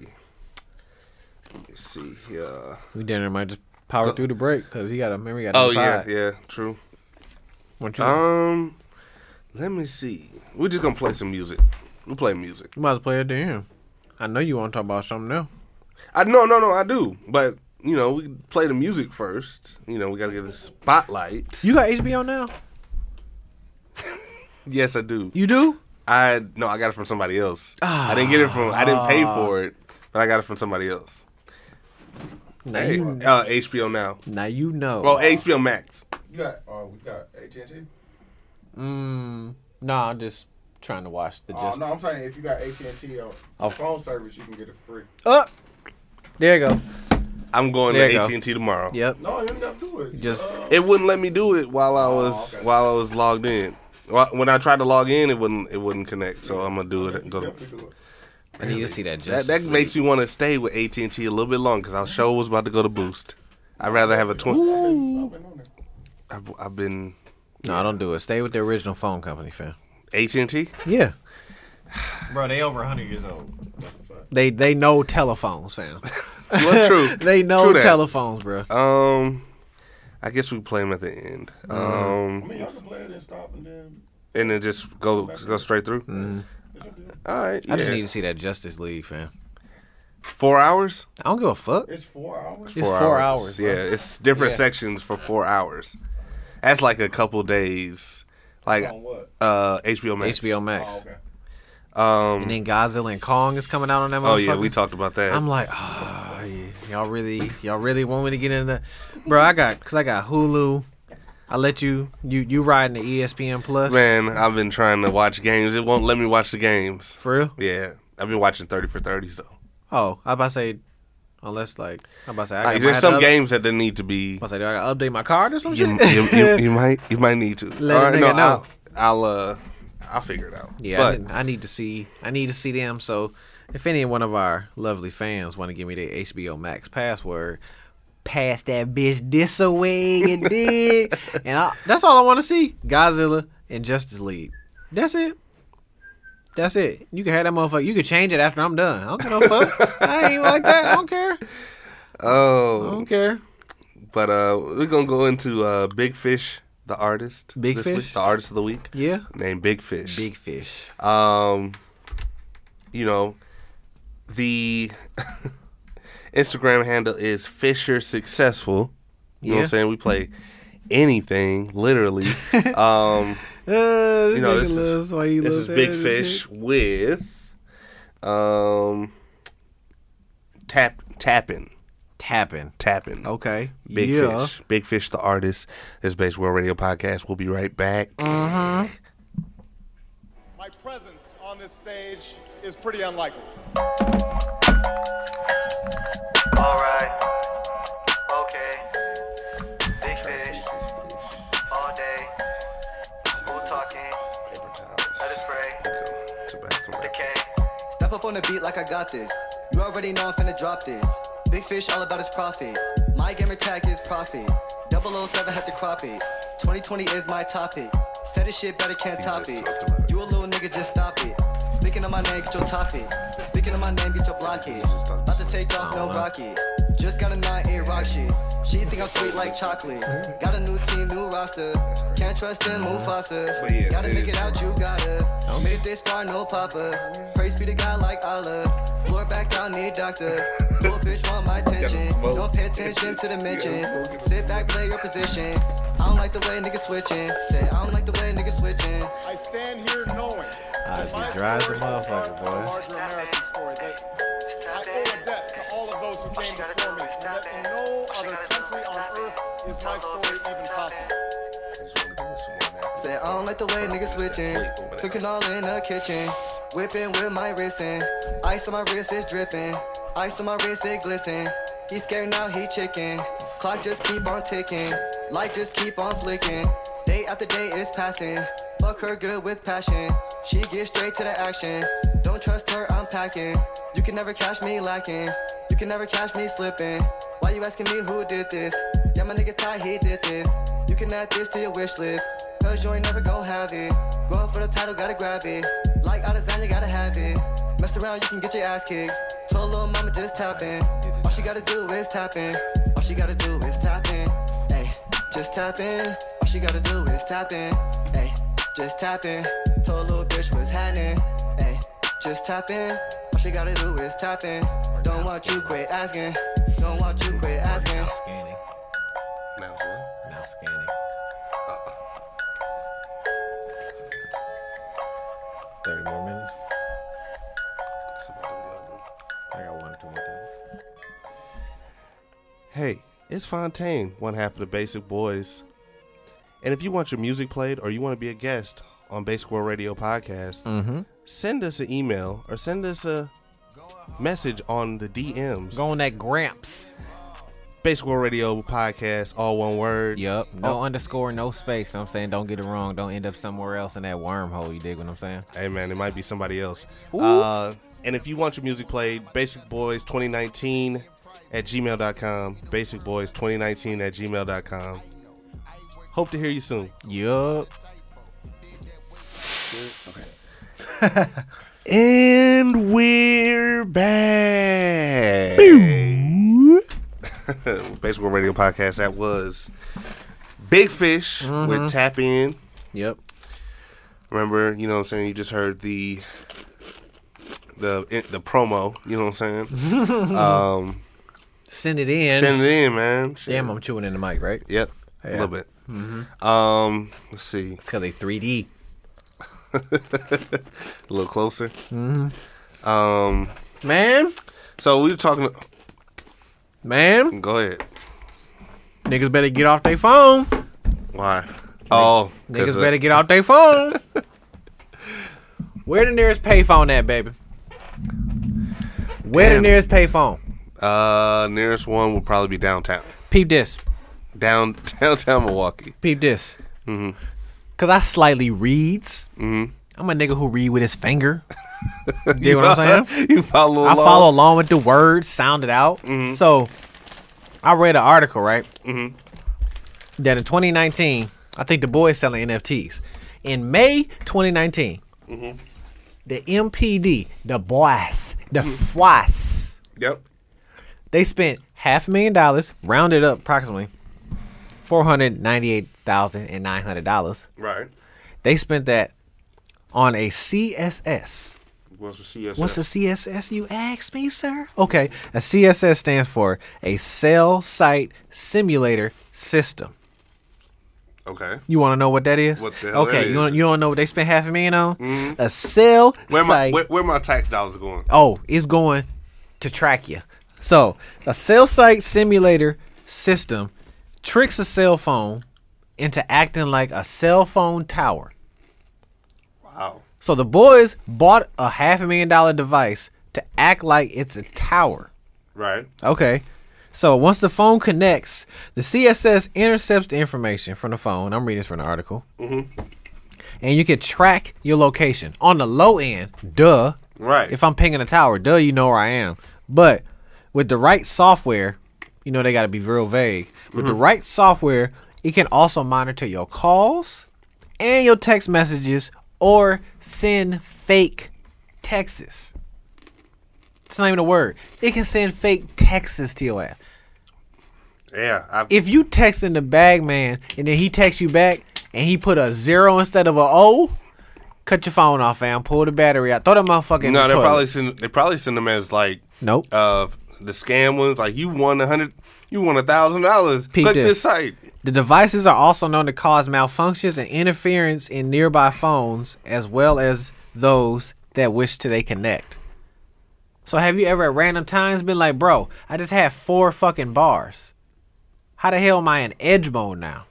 Let's see. Yeah.
We dinner might just power through the break because he got a memory. Got
Uh, Oh yeah, yeah, true.
What you,
Um, let me see. We're just gonna play some music. We'll play music.
you might as well play it to him. I know you want to talk about something else.
I no, no, no. I do, but you know, we play the music first. You know, we gotta get the spotlight.
You got HBO now?
Yes, I do.
You do?
I no, I got it from somebody else. I didn't get it from. I didn't
Ah.
pay for it, but I got it from somebody else.
Now
Hey,
you,
uh, HBO now.
now you know.
Well, HBO Max.
You got, uh, we got AT&T.
mm, nah, I'm just trying to watch the
Oh
just.
no, I'm saying if you got AT&T or
Oh.
phone service, you can get it free.
Up. There you go.
I'm going
There you
to
go.
AT and T tomorrow.
Yep.
No, you don't got to do it.
Just-
uh,
It wouldn't let me do it while I was
Oh, okay.
while I was logged in. Wh- When I tried to log in, it wouldn't it wouldn't connect. So I'm gonna do
uh, you
it.
can definitely do it.
I need to see that
That
just.
that makes me want to stay with AT and T a little bit longer because our show was about to go to Boost. I'd rather have a twenty.
I've been, I've been on there.
I've, I've been
No, don't do it. Stay with the original phone company, fam.
AT and T.
Yeah.
Bro, they over 100 years old.
They they know telephones, fam.
Well, true.
they know
True that.
telephones, bro.
Um, I guess we play them at the end.
Mm.
I
Um,
mean, y'all can play it and stop and then.
and then just go go straight through. All right.
Mm-hmm. I just
yeah.
need to see that Justice League, fam.
four hours.
I don't give a fuck.
It's four hours.
It's four hours,
Yeah, it's different
Yeah.
sections for four hours. That's like a couple days. Like
on what?
uh HBO Max.
HBO Max.
Oh, okay.
Um.
And then Godzilla and Kong is coming out on that motherfucker.
Oh yeah, we talked about that.
I'm like, ah, yeah. y'all really, y'all really want me to get in the, bro? I got, cause I got Hulu. I let you, you, you riding the E ESPN Plus
Man, I've been trying to watch games. It won't let me watch the games.
for real.
Yeah, I've been watching thirty for thirties though.
Oh, I about to say, unless like, I about to say, I
Like,
got,
there's some
up,
games that didn't need to be.
I say, do I gotta update my card or some
You,
shit?
you, you- you might you might need to.
Let a nigga know.
I'll, I'll uh I'll figure it out.
yeah, I,
but
didn't, I need to see, I need to see them. So, if any one of our lovely fans want to give me their HBO Max password. Pass that bitch this away, you dig? And I, that's all I want to see: Godzilla and Justice League. That's it. That's it. You can have that motherfucker. You can change it after I'm done. I don't give no fuck. I ain't like that. I don't care. I
oh,
don't care.
but uh, we're gonna go into uh Big Fish, the artist.
Big
this
Fish?
week, the artist of the week.
Yeah. Uh,
named Big Fish.
Big fish.
Um, you know, the Instagram handle is Fisher Successful. You know what
Yeah.
I'm saying? We play anything, literally. um,
Uh, this
you know,
nigga
this is,
loves why you
this
love
is
that
Big
and
Fish
shit.
with um, tap tapping,
Tapping.
tapping.
Okay.
Big
Oh, yeah.
Fish, Big Fish, the artist. This is Base World Radio podcast. We'll be right back.
My presence on this stage is pretty unlikely.
Alright. Okay. Big fish. All day. Who talking? Let us pray. The K.
Step up on the beat like I got this. You already know I'm finna drop this. Big fish all about his profit. My gamer tag is profit. 007 had to crop it. 2020 is my topic. Said this shit better can't top it. You a little nigga, just stop it. Speaking of my name, get your topic. Speaking of my name, get your block it. About to take off, no rocket. Just got a nine eight rock shit. She think I'm sweet like chocolate. Got a new team, new roster. Can't trust in Mufasa.
But yeah,
Gotta
it
make
is
it out, you gotta. Made it this far, no papa. Praise be to God like Allah. Lord back down, need doctor. Little bitch want my attention.
smoke.
Don't pay attention to the mentions. Sit back, play your position. I don't like the way niggas switching. Say, I don't like the way niggas switching.
I stand here knowing that
be
my
dry as Ah, a
story is part
motherfucker,
of the
boy.
larger American story. That I owe a debt to all of those who came before me, and that in no other country on earth is my story even possible.
Say, I don't like the way niggas switching. Cooking all in the kitchen. Whipping with my wrist in. Ice on my wrist is dripping. Ice on my wrist, it glisten. He scared now, he chicken. Clock just keep on ticking. Light just keep on flicking. Day after day is passing. Fuck her good with passion. She get straight to the action. Don't trust her, I'm packing. You can never catch me lacking. You can never catch me slipping. Why you asking me who did this? Yeah, my nigga Ty, he did this. You can add this to your wish list. Cause you ain't never gon' have it. Going for the title, gotta grab it. Like Adesanya, gotta have it. Mess around, you can get your ass kicked. Told little mama just tap in. All she gotta do is tap in. All she gotta do is tap in. Hey, just tap in. All she gotta do is tap in. Hey, just tap in. Told little bitch what's happening. Hey, just tap in. All she gotta do is tap in. Don't want you quit asking. Don't want you quit asking.
Now scanning.
Now what?
Now scanning. Thirty more minutes. I got one or two more things.
Hey, it's Fontaine, one half of the Basic Boys. And if you want your music played or you want to be a guest on Basic World Radio Podcast, send us an email or send us a message on the DMs.
Go on that Gramps.
Basic World Radio Podcast, all one word.
Yup. No
Oh,
underscore, no space. Know what I'm saying? Don't get it wrong. Don't end up somewhere else in that wormhole. You dig what I'm saying?
Hey man, it might be somebody else. Uh, and if you want your music played, Basic Boys 2019 at gmail.com. Basic Boys 2019 at gmail.com. Hope to hear you soon.
Yup.
And we're back. Basically, radio podcast. That was Big Fish with Tap In.
Yep.
Remember, you know what I'm saying. You just heard the the the promo. You know what I'm saying.
Send it in.
Send it in, man.
Damn, I'm chewing in the mic, right?
Yep, a
Yeah. Mm-hmm.
little bit. Um, let's see.
It's because they 3D.
A little closer.
Man,
So we were talking.
man,
Go ahead.
niggas better get off their phone.
Why? Oh, 'cause
Niggas
of-
better get off their phone. Where the nearest payphone at, baby? Where the
Damn.
nearest payphone?
Uh, nearest one would probably be downtown.
Peep this.
down downtown Milwaukee.
Peep this.
Mm-hmm.
Cause I slightly reads. I'm a nigga who read with his finger. you dig what I'm saying?
you follow along.
I follow along with the words, sound it out. So I read an article, right? Mm-hmm. That in 2019, I think the boy is selling NFTs. In May 2019, the MPD, the boys, the FWAS,
Yep.
they spent half a million dollars, rounded up approximately $498,900.
Right.
They spent that on a CSS.
What's the CSS?
What's a CSS? You asked me, sir. Okay, a CSS stands for a cell site simulator system.
okay?
You want to know what that is?
What the hell that
okay,
is? Mm-hmm.
you want you want to know what they spent half a million on? A cell
Where my
site.
where, where my tax dollars going?
oh, it's going to track you. So a cell site simulator system tricks a cell phone into acting like a cell phone tower.
Wow.
So the boys bought a half a million dollar device to act like it's a tower.
Right.
Okay. So once the phone connects, the CSS intercepts the information from the phone. I'm reading this from an article. Mm-hmm. And you can track your location on the low end. Duh.
Right.
If I'm pinging a tower, duh, you know where I am. But with the right software, you know they got to be real vague. With the right software, it can also monitor your calls and your text messages or send fake texts. It's not even a word. It can send fake texts to your ass.
yeah. I,
If you texting the bag man and then he texts you back and he put a zero instead of a O, cut your phone off, fam. Pull the battery out. Throw that motherfucker in
no,
the
they
toilet.
probably send they probably send them as like
Nope.
uh the scam ones like you won a hundred you won a thousand dollars
Peep
click
this.
this site
The devices are also known to cause malfunctions and interference in nearby phones, as well as those that wish to they connect. So, have you ever at random times been like, "Bro, I just had four fucking bars. How the hell am I in edge mode now?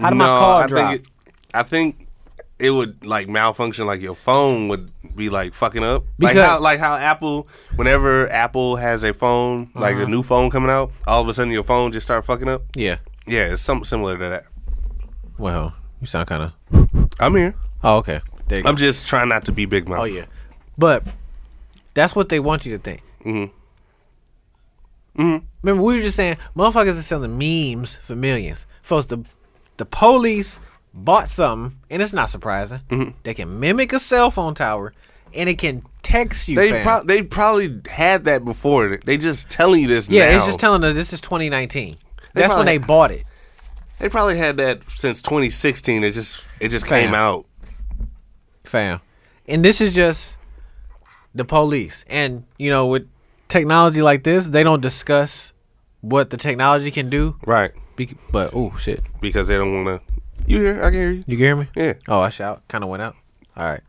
How did my call
I
drop?"
think it, I think it would like malfunction like your phone would be like fucking up like
Because-
how like how Apple whenever Apple has a phone like
Uh-huh.
a new phone coming out all of a sudden your phone just start fucking up
yeah.
yeah it's something similar to that
Well, you sound kind of.
I'm here
Oh, okay. There you go.
I'm just trying not to be big mouth.
Oh yeah, but that's what they want you to think. Mm-hmm. Mm-hmm. Remember, we were just saying motherfuckers are selling memes for millions. Folks, the the police bought something, and it's not surprising.
Mm-hmm.
They can mimic a cell phone tower, and it can text you.
They
fam.
pro- they probably had that before. They just telling you this
yeah,
now.
it's just telling us this is 2019.
They
That's when
probably-
they bought it.
They probably had that since 2016. It just it just came
Fam.
out.
fam. And this is just the police. And you know, with technology like this, they don't discuss what the technology can do.
Right.
Be- but oh shit,
Because they don't want to. You hear? I can hear you.
you hear me?
Yeah.
Oh, I shout. Kind of went out. All right.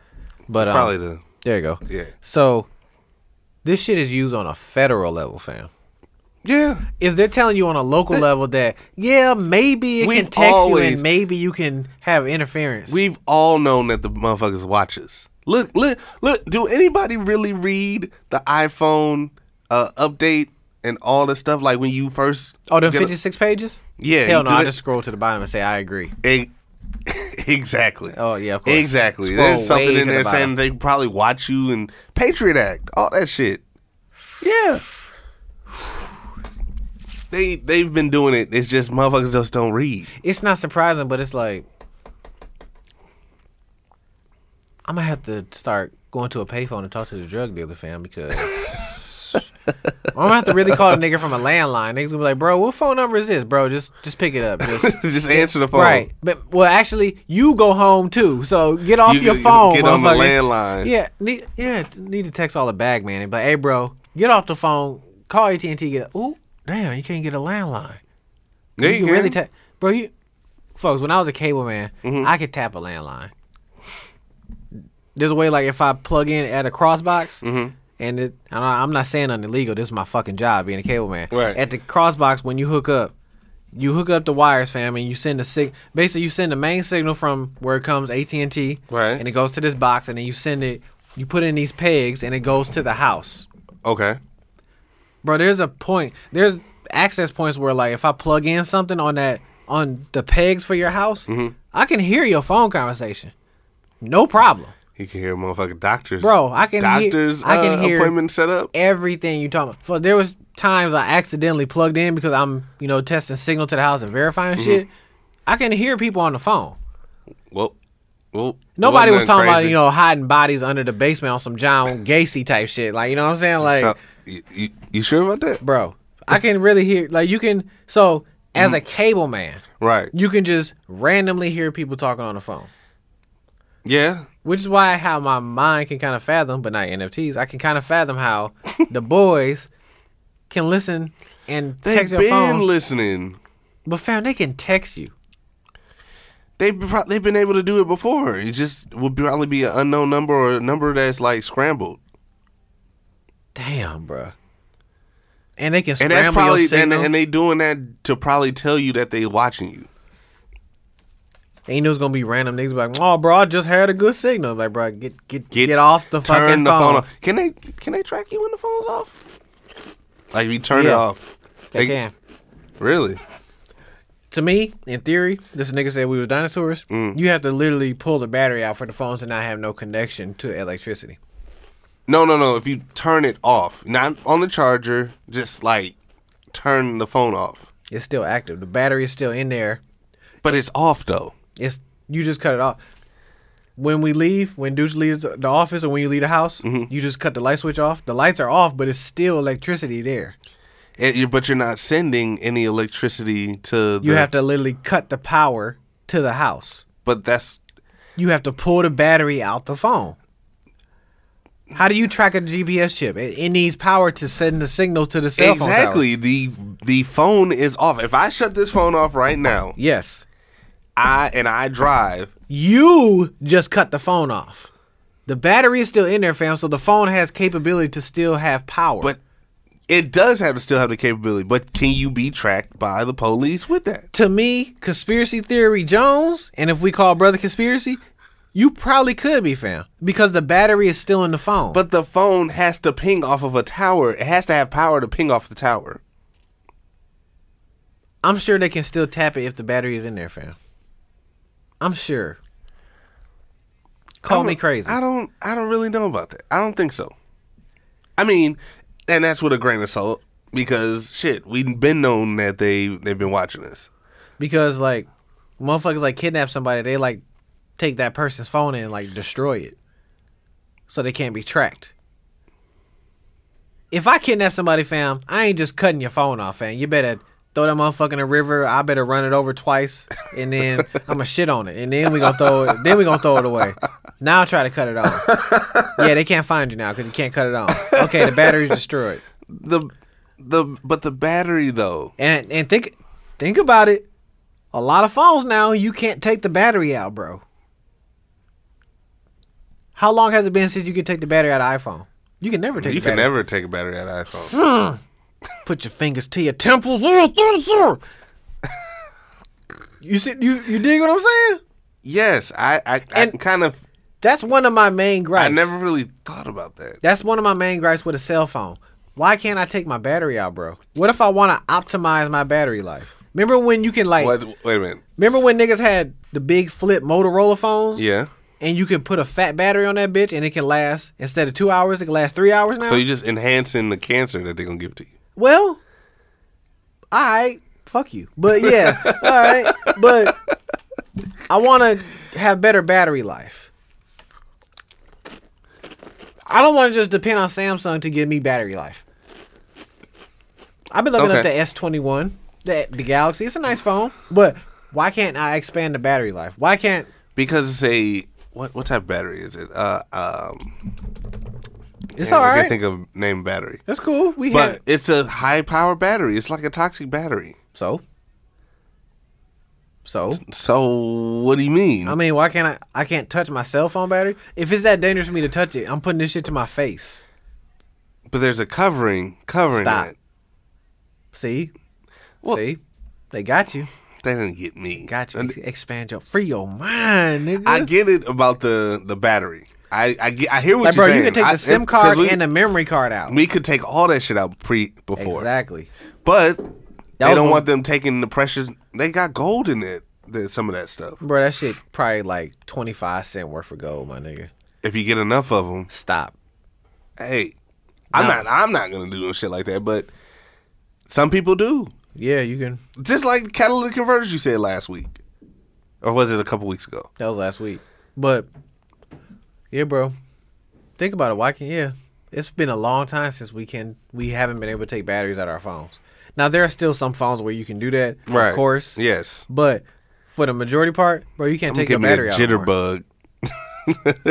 But um,
Probably the.
there you go.
Yeah.
So this shit is used on a federal level, fam.
Yeah.
If they're telling you on a local level that yeah, maybe it
We've
can text you
always-
and maybe you can have interference.
We've all known that the motherfuckers watches. Look, look, look. Do anybody really read the iPhone uh, update and all the stuff? Like when you first.
oh, the
get a-
fifty-six pages.
Yeah,
Hell
you
no!
do
I
it-
just scroll to the bottom and say I agree.
E- exactly.
Oh, yeah, of course.
Exactly.
Scroll
There's something
way
in
to the
there saying
bottom.
they probably watch you and Patriot Act, all that shit. Yeah. They they've been doing it. It's just motherfuckers just don't read.
it's not surprising, but it's like I'm gonna have to start going to a payphone and talk to the drug dealer, fam, because I'm gonna have to really call a nigga from a landline. Niggas gonna be like, bro, what phone number is this, bro? Just just pick it up, just.
just answer the phone.
Right, but well, actually, you go home too. So get off
You
your
get-
phone.
get on the
motherfucker.
landline.
Yeah, need, yeah, need to text all the bag man. But hey, bro, get off the phone. Call AT and T. Get a, ooh, damn, you can't get a landline.
There you
You can
go. Mm-hmm.
really tap, bro. You, folks. When I was a cable man, I could tap a landline. There's a way, like if I plug in at a crossbox,
Mm-hmm.
and it, and I- I'm not saying nothing illegal. This is my fucking job being a cable man.
Right.
At the crossbox, when you hook up, you hook up the wires, fam, and you send a sig. Basically, you send the main signal from where it comes AT and T,
Right.
And it goes to this box, and then you send it. You put in these pegs, and it goes to the house
okay.
bro there's a point there's access points where like if i plug in something on that on the pegs for your house
Mm-hmm.
i can hear your phone conversation no problem
You can hear motherfucking doctors.
Bro, I can hear-
doctors
I can
uh,
hear-
appointment set up.
everything you talking about for there was times i accidentally plugged in because i'm you know testing signal to the house and verifying
Mm-hmm.
shit i can hear people on the phone
Well, well.
Nobody was
wasn't
talking
nothing
about
crazy.
you know hiding bodies under the basement on some John Gacy type shit, like you know what I'm saying, like
So, you, you, you sure about that?
bro. I can really hear like you can. So
Mm-hmm.
as a cable man,
Right.
you can just randomly hear people talking on the phone,
Yeah.
which is why how my mind can kind of fathom, but not NFTs. I can kind of fathom how the boys can listen and
They've
text your
been
phone,
listening.
but fam, they can text you.
They've been, pro- they've been able to do it before. It just would probably be an unknown number or a number that's like scrambled.
Damn, bruh. And they can
And
scramble
that's probably
your
and,
signal.
and they doing that to probably tell you that they watching you.
And you know it's gonna be random niggas be like, oh, bro, I just had a good signal. Like, bro, get get get, off the
turn
fucking
the phone.
phone.
off. Can they can they track you when the phone's off? Like if you turn it
Yeah.
off.
They can.
Really?
to me, in theory, this nigga said we was dinosaurs. You have to literally pull the battery out for the phone to not have no connection to electricity.
No, no, no. If you turn it off, not on the charger, just like turn the phone off.
It's still active. The battery is still in there.
But it's off though.
It's you just cut it off. When we leave, when Deuce leaves the office or when you leave the house, you just cut the light switch off. The lights are off, but it's still electricity there.
And you- but you're not sending any electricity to.
You
the,
have to literally cut the power to the house.
But that's
You have to pull the battery out the phone. How do you track a GPS chip? It, it needs power to send the signal to the cell phone. tower.
exactly the the phone is off. If I shut this phone off right now,
Yes.
I and I drive.
You just cut the phone off. The battery is still in there, fam, so the phone has capability to still have power.
But it does have to still have the capability. But can you be tracked by the police with that?
to me, conspiracy theory Jones, and if we call brother conspiracy, you probably could be fam because the battery is still in the phone.
But the phone has to ping off of a tower. It has to have power to ping off the tower.
I'm sure they can still tap it if the battery is in there, fam. I'm sure. Call
I
me
don't-
crazy.
I don't. I don't really know about that. I don't think so. I mean, and that's with a grain of salt because shit, we've been known that they they've been watching us.
Because like motherfuckers like kidnap somebody, they like take that person's phone and like destroy it. So they can't be tracked. If I kidnap somebody, fam, I ain't just cutting your phone off, fam. You better throw that motherfucker in the river. I better run it over twice, and then I'ma shit on it, and then we gonna throw it. Then we gonna throw it away. Now try to cut it off. yeah, they can't find you now because you can't cut it off. Okay, the battery's destroyed.
The the but the battery though.
And and think think about it. A lot of phones now you can't take the battery out, bro. How long has it been since you can take the battery out of iPhone? You can never take.
You
the
can
battery.
never take a battery out of iPhone.
put your fingers to your temples. you see, you you dig what I'm saying?
yes, I I, I
And-
kind of
That's one of my main gripes.
I never really thought about that.
That's one of my main gripes with a cell phone. Why can't I take my battery out, bro? What if I want to optimize my battery life? Remember when you can like?
What, wait a minute.
Remember when niggas had the big flip Motorola phones?
Yeah.
and you can put a fat battery on that bitch and it can last instead of two hours, it can last three hours now.
So you're just enhancing the cancer that they're gonna give to you.
well, all right, fuck you, but yeah, all right, but I want to have better battery life. I don't want to just depend on Samsung to give me battery life. I've been looking up
Okay.
the S twenty one, the the Galaxy. It's a nice phone, but why can't I expand the battery life? Why can't
Because it's a what what type of battery is it? Uh um
it's
damn,
all
I
right?
can think of name battery.
That's cool. We
But
have
it's a high power battery. It's like a toxic battery.
So, so
So what do you mean?
I mean, why can't I? I can't touch my cell phone battery. If it's that dangerous for me to touch it, I'm putting this shit to my face.
but there's a covering covering
Stop.
that.
See,
Well-
see, they got you,
They didn't get me.
got you.
And
Ex- Expand your free your mind, nigga.
I get it about the the battery. I I, get, I hear what
like,
you're
bro, you
saying.
can take
I-
the SIM
and- 'cause
card
we,
and the memory card out.
we could take all that shit out pre before.
Exactly.
But they
was
don't
one-
want them taking the pressures. They got gold in it. The, some of that stuff.
Bro, that shit probably like twenty five cent worth of gold, my nigga.
If you get enough of them,
Stop.
hey, I'm
No.
not I'm not gonna do no shit like that. But some people do.
Yeah, you can.
Just like catalytic converters, you said last week, or was it a couple weeks ago?
That was last week. But yeah, bro. Think about it. Why can't yeah? It's been a long time since we can we haven't been able to take batteries out of our phones. Now there are still some phones where you can do that,
Right.
of course.
Yes.
But for the majority part, bro, you can't
I'm
take your
gonna give me
battery
a
out. no more.
jitterbug. I'm gonna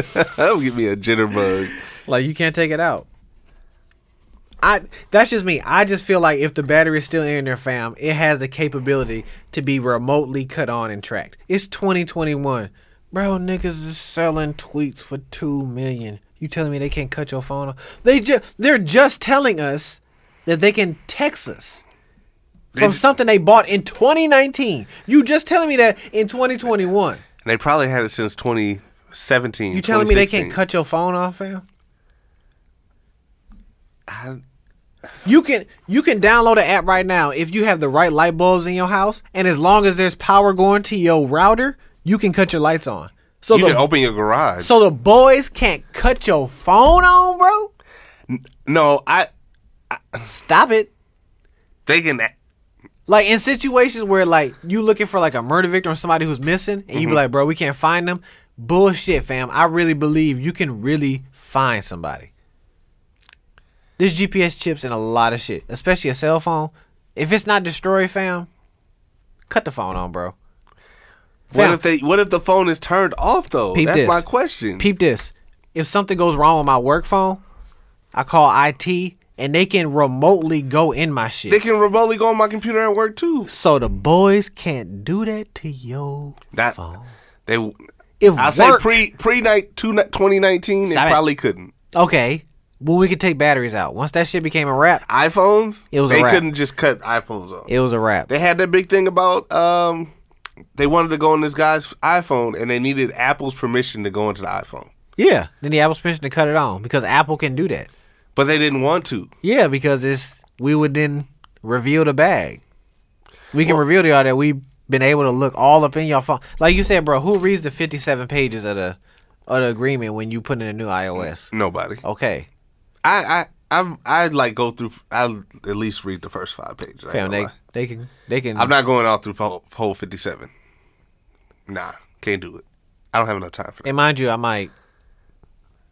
give me a jitterbug.
Like you can't take it out. I that's just me. I just feel like if the battery is still in there, fam, it has the capability to be remotely cut on and tracked. It's 2021. Bro, niggas is selling tweets for two million. You telling me they can't cut your phone off? They just they're just telling us that they can text us from something they bought in 2019. You just telling me that in 2021.
And they probably had it since 2017.
You telling me they
2016.
can't cut your phone off, fam? You can you can download an app right now if you have the right light bulbs in your house, and as long as there's power going to your router, you can cut your lights on. So
You
the
can open your garage.
so the boys can't cut your phone on, bro.
no, I.
Stop it.
They can.
Like in situations where like you looking for like a murder victim or somebody who's missing, and you
Mm-hmm.
be like, bro, we can't find them. Bullshit, fam. I really believe you can really find somebody. There's GPS chips and a lot of shit, especially a cell phone. If it's not destroyed, fam, cut the phone on, bro.
What
Fam.
if they? What if the phone is turned off though?
Peep
Oh, That's
this.
my question.
Peep this. If something goes wrong with my work phone, I call IT and they can remotely go in my shit.
They can remotely go on my computer at work too.
so the boys can't do that to yo.
That they.
If
I say
work-
pre pre night two ni- 2019.
Stop
it
it.
probably couldn't.
Okay. Well, we could take batteries out. Once that shit became a wrap,
iPhones.
It was a
They
wrap.
couldn't just cut iPhones off.
it was a wrap.
They had that big thing about um, they wanted to go on this guy's iPhone and they needed Apple's permission to go into the iPhone,
Yeah. Then the Apple's permission to cut it on because Apple can do that.
but they didn't want to.
Yeah, because it's we would then reveal the bag. We can reveal to y'all that we've been able to look all up in your phone. Like you said, bro, who reads the fifty-seven pages of the of the agreement when you put in a new iOS?
Nobody.
Okay,
I I I'm, I like go through. I at least read the first five pages. I ain't
fam,
gonna
they
lie.
they can they can.
I'm not going all through whole, whole 57. Nah, can't do it. I don't have enough time for that.
And mind you, I might,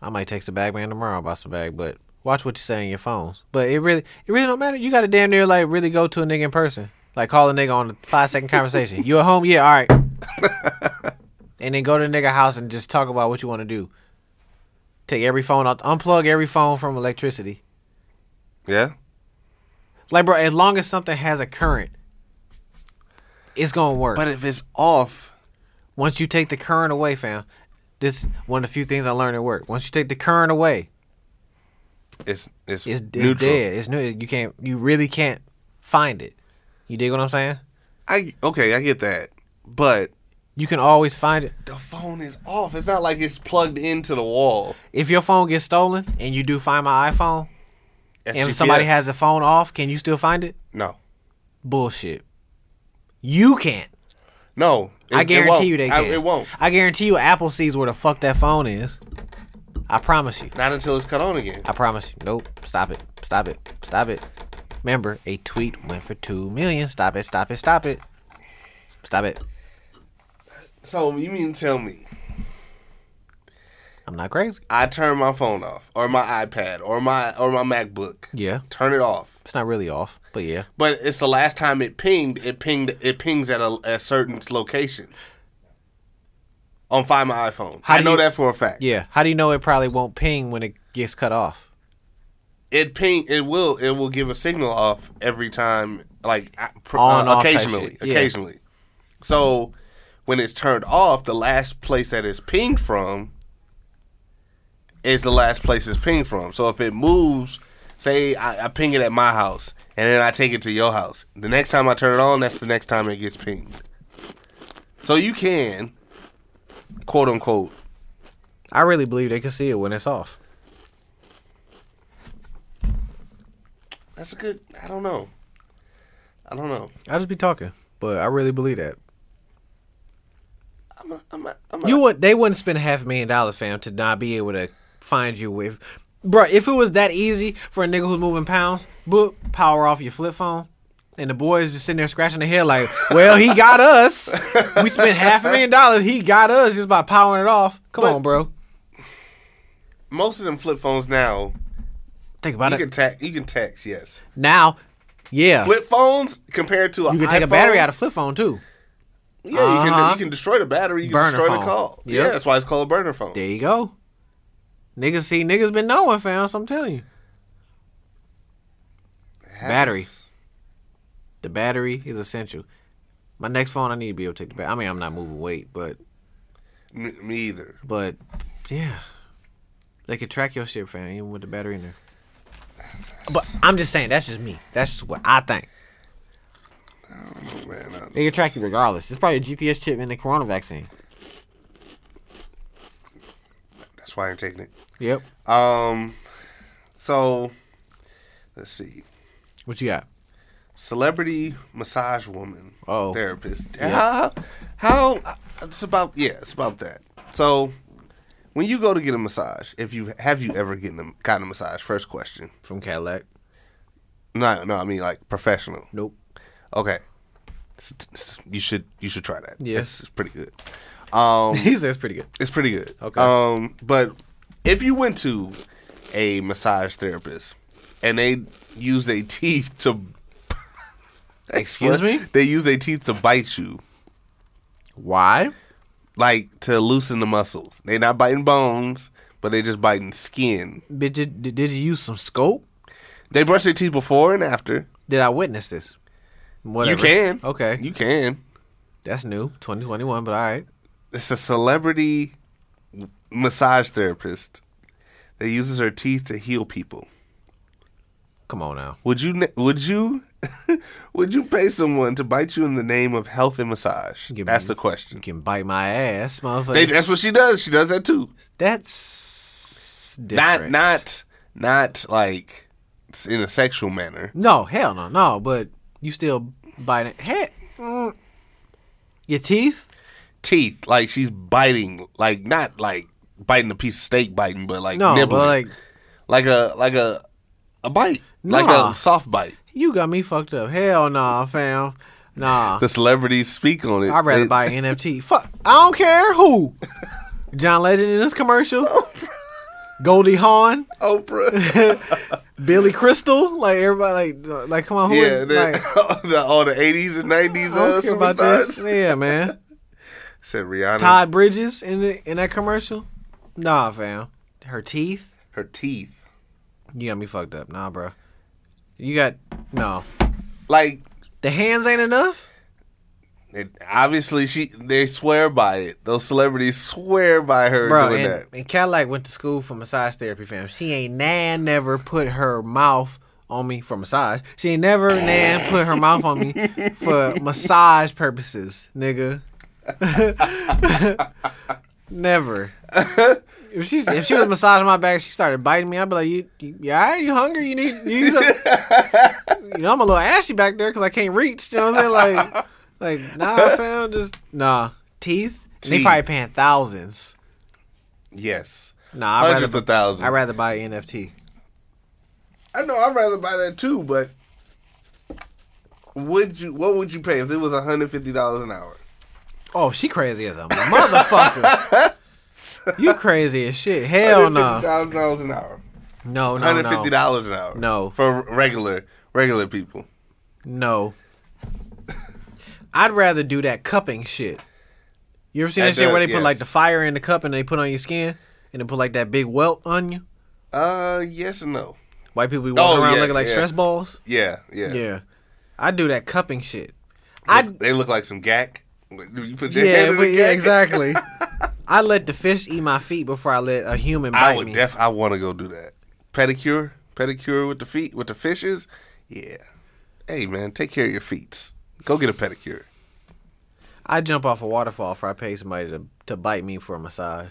I might text the bag man tomorrow about some bag, but watch what you say on your phones. But it really, it really don't matter. You got to damn near like really go to a nigga in person, like call a nigga on a five second conversation. you at home? Yeah, all right. and then go to the nigga house and just talk about what you want to do. Take every phone out, unplug every phone from electricity.
Yeah,
Like, bro, as long as something has a current, it's gonna work.
but if it's off,
Once you take the current away, fam, this one of the few things I learned at work. Once you take the current away,
it's it's,
it's, it's
neutral.
dead. It's new. You can't. You really can't find it. You dig what I'm saying?
I okay, I get that, but
You can always find it.
the phone is off. It's not like it's plugged into the wall.
If your phone gets stolen and you do find my iPhone,
That's
and
GPS.
somebody has the phone off, can you still find it?
no,
Bullshit. You can't.
no. It-
I
it won't.
guarantee you they
I-
can't.
it won't.
I guarantee you Apple sees where the fuck that phone is. I promise you.
Not until it's cut on again.
I promise you. Nope. Stop it. Stop it. Stop it. Remember, a tweet went for two million. Stop it. Stop it. Stop it. Stop it.
So you mean to tell me
I'm not crazy.
I turn my phone off, or my iPad, or my or my MacBook?
Yeah.
turn it off.
It's not really off, but yeah.
But it's the last time it pinged. It pinged. It pings at a, a certain location. On Find My iPhone,
How
I
do
know
you-
that for a fact.
Yeah. How do you know it probably won't ping when it gets cut off?
It ping. It will. It will give a signal off every time, like uh, pr-
On,
uh,
off type
occasionally,
shit, yeah.
occasionally. So when it's turned off, the last place that it's pinged from is the last place it's pinged from. So if it moves, say I, I ping it at my house, and then I take it to your house. The next time I turn it on, that's the next time it gets pinged. So you can, quote unquote,
I really believe they can see it when it's off.
that's a good. I don't know. I don't know.
I just be talking, but I really believe that.
I'm a, I'm a, I'm a,
You would they wouldn't spend half a million dollars, fam, to not be able to find you with Bro, if it was that easy for a nigga who's moving pounds, boop, power off your flip phone. And the boys just sitting there scratching their head like, well, he got us. We spent half a million dollars. He got us just by powering it off. Come
But-
on, bro.
most of them flip phones now
Think about
you
it.
can text. You can text, yes.
now, yeah.
Flip phones compared to a
Uh. you can take a battery out of flip phone, too.
Yeah, you can
Uh-huh.
you can destroy the battery. You can
Burner
destroy
phone.
the call. Yeah,
Yep.
that's why it's called a burner phone.
There you go. Niggas see niggas been knowing, fam. So I'm telling you. Battery. The battery is essential. My next phone, I need to be able to take the battery. I mean, I'm not moving weight, but
M- me either.
but yeah, they could track your shit, fam, even with the battery in there. But I'm just saying, that's just me. That's just what I think.
Oh, man, I-
They can track you regardless. It's probably a GPS chip in the corona vaccine.
that's why I ain't taking it.
Yep.
Um, so let's see.
What you got?
Celebrity massage woman
Oh.
therapist. How, how? It's about yeah. It's about that. So when you go to get a massage, if you have you ever getting a, gotten a massage? First question.
From Cadillac?
No, no, I mean like professional.
Nope.
Okay. S- s- You should you should try that.
Yeah.
It's, it's pretty good. Um,
he says pretty good.
it's pretty good.
Okay.
Um, but if you went to a massage therapist and they use their teeth to
Excuse me?
they use their teeth to bite you,
Why?
like to loosen the muscles. They're not biting bones, but they just biting skin.
Did, did, did you use some scope?
They brush their teeth before and after.
Did I witness this? Whatever.
You can.
Okay.
You can.
That's new, 2021, but all right.
It's a celebrity massage therapist that uses her teeth to heal people.
Come on now.
Would you? ne- Would you? would you pay someone to bite you in the name of health and massage?
Give
That's the
me- You
question.
can bite my ass, motherfucker.
They, that's what she does. She does that too.
That's different.
Not not not like s- in a sexual manner.
No, hell no, no, but you still biting. Heck. mm. Your teeth?
Teeth like she's biting like not like biting a piece of steak, biting, but like
No, but
nibbling,
like
like a like a a bite, like
Nah.
a soft bite.
you got me fucked up. Hell nah, fam. Nah.
The celebrities speak on it.
I'd rather
They-
buy an NFT. Fuck, I don't care who. John Legend in this commercial. Goldie Hawn,
Oprah.
Billy Crystal, like everybody, like, like come on, who?
yeah,
Yeah,
they,
like,
the, all the eighties and nineties
I don't
uh,
care about this.
superstars.
Yeah, man.
Said Rihanna.
Todd Bridges in the, in that commercial. Nah, fam. Her teeth.
Her teeth.
You got me fucked up. Nah, bro. You got no.
Like
The hands ain't enough.
it, obviously she they swear by it. Those celebrities swear by her
Bro,
doing
and,
that.
and Cadillac went to school for massage therapy, fam. She ain't nan never put her mouth on me for massage. She ain't never nan put her mouth on me for massage purposes, nigga. never. If she's if she was massaging my back, she started biting me. I'd be like, "You, you, you all right? You hungry? You need, you need some-" You know, I'm a little ashy back there because I can't reach. You know what I'm saying? Like, like nah, fam, just nah. Teeth. And They
Teeth.
probably paying thousands.
Yes.
Nah, I'd
Hundreds
rather,
of thousands.
I'd rather buy NFT.
I know I'd rather buy that too, but would you what would you pay if it was hundred fifty dollars an hour?
Oh, she crazy as a motherfucker. you crazy as shit. Hell no.
dollars an hour.
No, no,
Hundred
no.
fifty dollars an hour.
No.
For regular regular people.
No. I'd rather do that cupping shit. You ever seen
That
that, shit where they
does-
put like
yes.
the fire in the cup and they put on your skin and then put like that big welt on you?
Uh yes and no.
White people be walking
Oh,
around
yeah,
looking like
yeah.
stress balls?
Yeah, yeah.
Yeah. I'd do that cupping shit. I'd
They look like some gack. You put your hand
Yeah,
in
but
the
yeah,
gack.
exactly. I let the fish eat my feet before I let a human bite
I would
me.
def I wanna go do that. Pedicure? Pedicure with the feet with the fishes? Yeah. Hey man, take care of your feet. Go get a pedicure.
I jump off a waterfall if I pay somebody to, to bite me for a massage.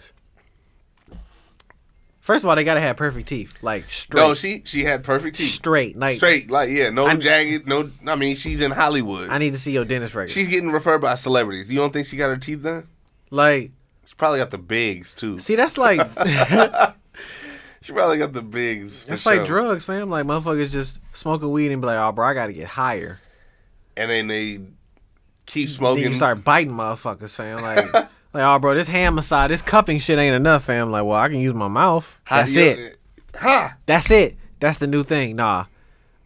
First of all, they gotta have perfect teeth, like straight,
No, she she had perfect teeth.
straight. Like
straight, like yeah, no
I'm-
jagged, no. I mean, she's in Hollywood.
I need to see your dentist record.
she's getting referred by celebrities. You don't think she got her teeth done?
like,
She probably got the bigs too.
see, that's like
She probably got the bigs. for
that's like
sure.
drugs, fam. Like motherfuckers just smoking weed and be like, "Oh, bro, I gotta get higher."
And then they keep
Then
smoking.
you start biting motherfuckers, fam. Like, like, oh, bro, this hand massage, this cupping shit ain't enough, fam. Like, well, I can use my mouth.
How
That's
do you-
it.
Ha!
That's it. That's the new thing. Nah,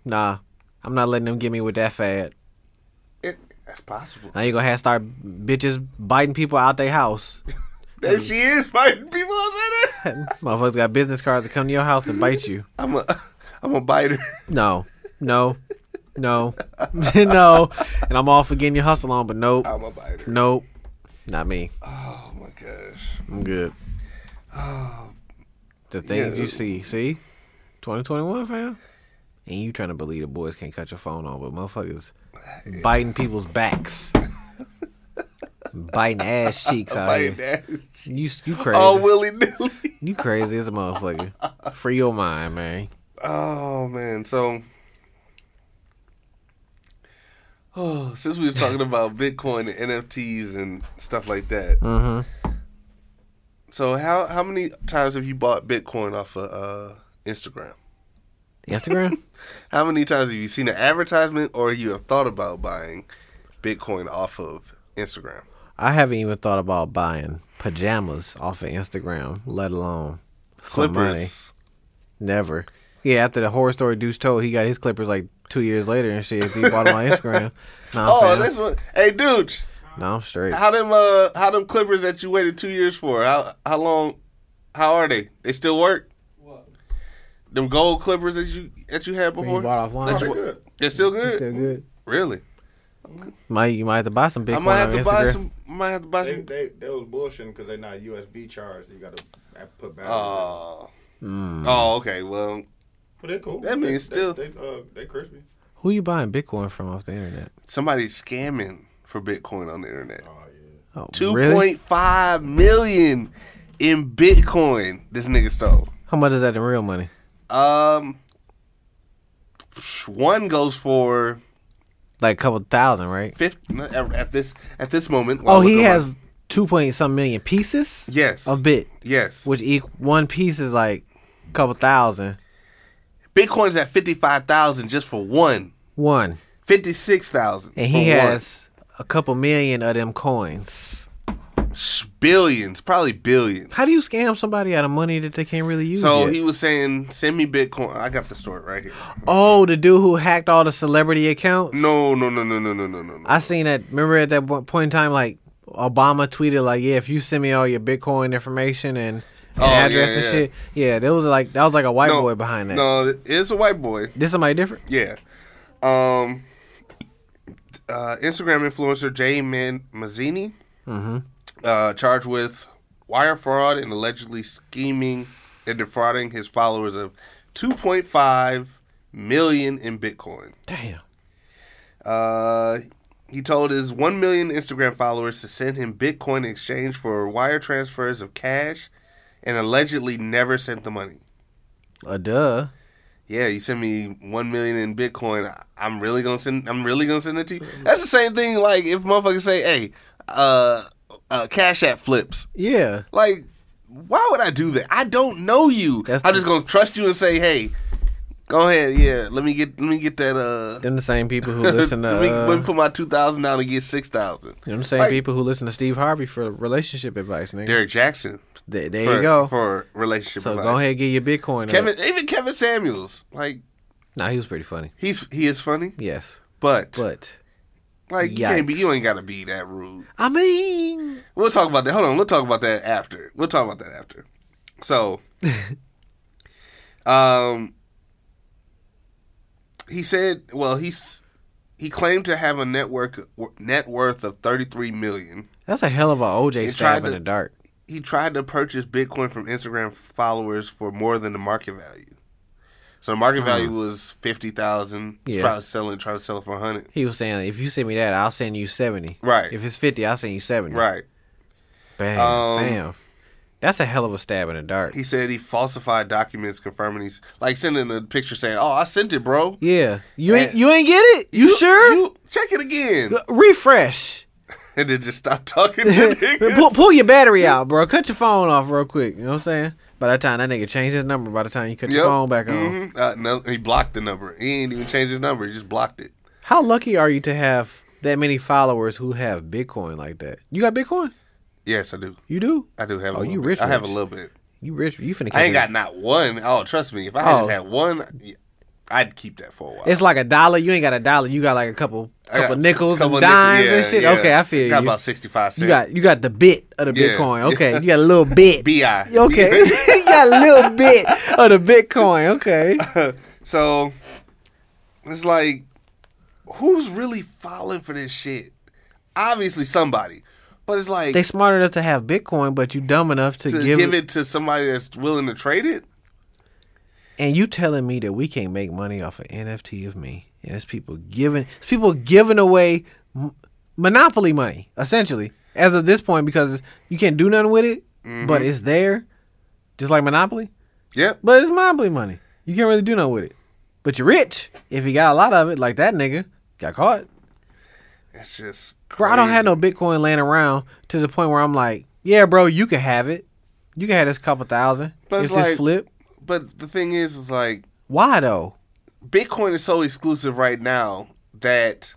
nah. I'm not letting them get me with that fad.
It, that's possible.
Now you gonna have to start bitches biting people out their house.
There she is fighting people out there.
Motherfuckers got business cards that come to your house to bite you.
I'm a, I'm a biter.
No, no, no, no. And I'm all for getting your hustle on, but nope,
I'm a biter.
nope, not me.
Oh my gosh.
I'm good. The things you see, see, 2021 fam, and you trying to believe the boys can't cut your phone on, but motherfuckers biting people's backs, biting ass cheeks out
Biting
here.
that.
You you crazy?
Oh willy nilly.
You crazy as a motherfucker. Free your mind, man.
Oh man, so oh, since we was talking about Bitcoin and NFTs and stuff like that, mm-hmm. so how how many times have you bought Bitcoin off of uh, Instagram?
Instagram?
How many times have you seen an advertisement or you have thought about buying Bitcoin off of Instagram?
I haven't even thought about buying pajamas off of Instagram, let alone some money.
Clippers,
Never. Yeah, after the horror story Deuce told, he got his clippers like two years later and shit. If he bought them on Instagram, nah,
oh,
oh,
that's what. Hey, dude,
nah, I'm straight.
how them uh how them Clippers that you waited two years for? How how long? How are they? They still work? Them gold Clippers that you that you had before?
you bought offline?
That you-
They good.
They're still good.
good.
Really?
Might you might have to buy some Bitcoin
I might have
on
to
Instagram.
buy some. I might have to buy
They,
some.
they, they was bullshitting because they not USB charged. You got to put batteries. in.
Oh. Oh, okay. Well,
but they cool.
that means
They-
still-
they, they, uh, they crispy.
Who you buying Bitcoin from off the internet?
somebody's scamming for Bitcoin on the internet.
Oh yeah.
Oh,
Two
really?
point five million in Bitcoin. This nigga stole.
How much is that in real money?
Um, one goes for
Like a couple thousand, right?
fifth at at this at this moment. while
Oh,
I look
he
at my-
has two point some million pieces.
Yes.
Of bit,
Yes.
which each one piece is like a couple thousand.
Bitcoin's at 55,000 just for one.
One,
56,000.
and he
for one.
has a couple million of them coins.
Sh- billions, probably billions.
How do you scam somebody out of money that they can't really use?
So
yet?
he was saying, send me Bitcoin. I got the story right here.
oh, the dude who hacked all the celebrity accounts.
No, no, no, no, no, no, no, no. no.
I seen that. Remember at that one point in time, like Obama tweeted, like, "Yeah, if you send me all your Bitcoin information and, and
Oh, yeah,
address and
yeah.
shit, yeah, there was like that was like a white
no,
boy behind that.
No, it's a white boy.
This somebody different.
Yeah. Um. Uh, Instagram influencer Jay Man- Mazzini uh, charged with wire fraud and allegedly scheming and defrauding his followers of 2.5 million in Bitcoin.
Damn.
Uh, he told his 1 million Instagram followers to send him Bitcoin in exchange for wire transfers of cash, and allegedly never sent the money.
A duh.
yeah, you send me one million in Bitcoin, I- I'm really gonna send. I'm really gonna send it to you.
Mm-hmm.
That's the same thing. Like if motherfuckers say, "Hey, uh, uh Cash App flips,"
Yeah.
like why would I do that? I don't know you.
That's
I'm
the-
just gonna trust you and say, "Hey, go ahead. Yeah, let me get. Let me get that. Uh,
Them the same people who listen to.
let, me, let me
Uh,
put my two thousand down and get six thousand.
them the same
like-
people who listen to Steve Harvey for relationship advice, nigga.
Derek Jackson.
There, there
for,
you go.
for relationship.
so
advice.
go ahead, get your Bitcoin. up.
Kevin. Even Kevin Samuels. Like
Nah, he was pretty funny.
he's he is funny,
Yes,
but,
but
like you can't be.
yikes.
You ain't gotta be that rude.
I mean,
We'll talk about that. Hold on. We'll talk about that after. We'll talk about that after. So, um, he said, well, he's he claimed to have a network net worth of thirty three million.
that's a hell of a OJ
He
stab
tried
in
to-
the dark.
He tried to purchase Bitcoin from Instagram followers for more than the market value. So the market value was fifty thousand. He's
Yeah.
probably selling, trying to sell it for hundred.
He was saying, if you send me that, I'll send you seventy.
Right.
If it's fifty, I'll send you seventy.
Right.
Bam.
Um,
bam. That's a hell of a stab in the dark.
He said he falsified documents confirming he's like sending a picture saying, "Oh, I sent it, bro."
Yeah. You ain't
And-
you ain't get it. You, sure?
You check it again.
Refresh.
And then just stop talking to
pull,
niggas.
pull your battery out, bro. Cut your phone off real quick. You know what I'm saying? By the time that nigga changed his number, by the time you cut your
Yep.
phone back on,
Mhm. Uh, no, he blocked the number. He ain't even changed his number. He just blocked it.
how lucky are you to have that many followers who have Bitcoin like that? You got Bitcoin?
Yes, I do.
You do?
I do have. a
Oh,
little
you
bit.
rich,
I have a
rich.
little bit.
You rich? You finna?
I
catch
ain't
a-
got not one. Oh, trust me. If I had
Oh.
had one, yeah, I'd keep that for a while.
It's like a dollar. You ain't got a dollar. You got like a couple,
I got
couple nickels
couple
and
nickels.
dimes
Yeah,
and shit.
yeah.
Okay, I feel
Got
you.
about sixty-five cents.
You got you got the bit of the
Yeah.
Bitcoin. Okay, you got a little bit.
bi.
Okay, you got a little bit of the Bitcoin. Okay,
So it's like, who's really falling for this shit? Obviously, somebody. But it's like
they smart enough to have Bitcoin, but you dumb enough to,
to
give, it.
to somebody that's willing to trade it.
And you telling me that we can't make money off an NFT of me? And it's people giving it's people giving away m- monopoly money essentially as of this point because you can't do nothing with it,
Mm-hmm.
but it's there, just like monopoly.
Yep.
But it's monopoly money. You can't really do nothing with it. But you're rich if you got a lot of it, like that nigga got caught.
It's just
Bro, I don't have no Bitcoin laying around to the point where I'm like, yeah, bro, you can have it. You can have this couple thousand.
But
if
it's
this
like-
flip,
But the thing is, is like
why though?
Bitcoin is so exclusive right now that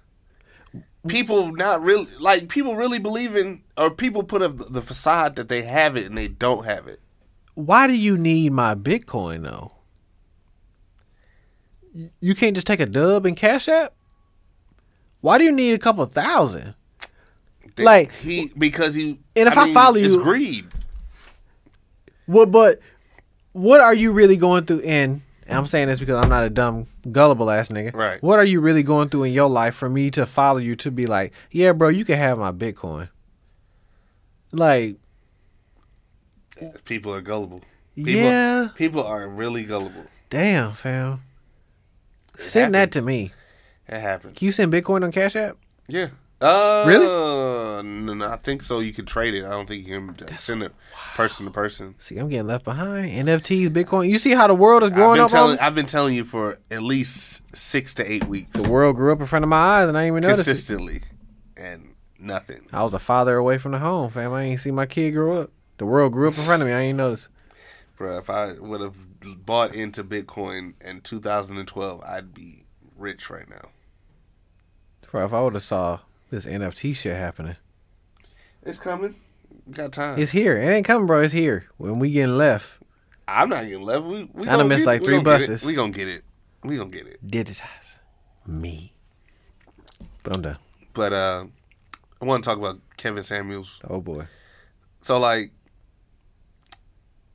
people not really like people really believe in or people put up the- the facade that they have it and they don't have it.
Why do you need my Bitcoin though? Y- You can't just take a dub and cash app. Why do you need a couple thousand?
They-
Like-
he because he
And if I follow
it's
you-
greed.
What? But what are you really going through? And I'm saying this because I'm not a dumb, gullible ass nigga.
Right.
What are you really going through in your life for me to follow you to be like, yeah, bro, you can have my Bitcoin. Like,
People are gullible. People,
Yeah.
People are really gullible.
damn, fam. Send that to
happens.
me.
It happens.
Can you send Bitcoin on Cash App?
Yeah. Uh,
Really?
No, no, I think so. You can trade it. I don't think you can uh, send it person to person.
See, I'm getting left behind. NFTs, Bitcoin. You see how the world is
I've
growing
been,
up.
telling,
on?
I've been telling you for at least six to eight weeks
The world grew up in front of my eyes, and I didn't even notice it.
consistently, and Nothing.
I was a father away from the home, fam. I ain't see my kid grow up. The world grew up in front of me. I ain't noticed.
Bro, if I would have bought into Bitcoin in 2012, I'd be rich right now.
Bro, if I would have saw this NFT shit happening,
It's coming. We got time.
it's here. It ain't coming, bro. It's here. When we getting left,
I'm not getting left. We, we
I
gonna
done missed
get-
like
we
three
gonna get it.
buses.
We gonna get it. We gonna get it.
digitize me. But I'm done.
But uh, I want to talk about Kevin Samuels.
Oh boy.
So like,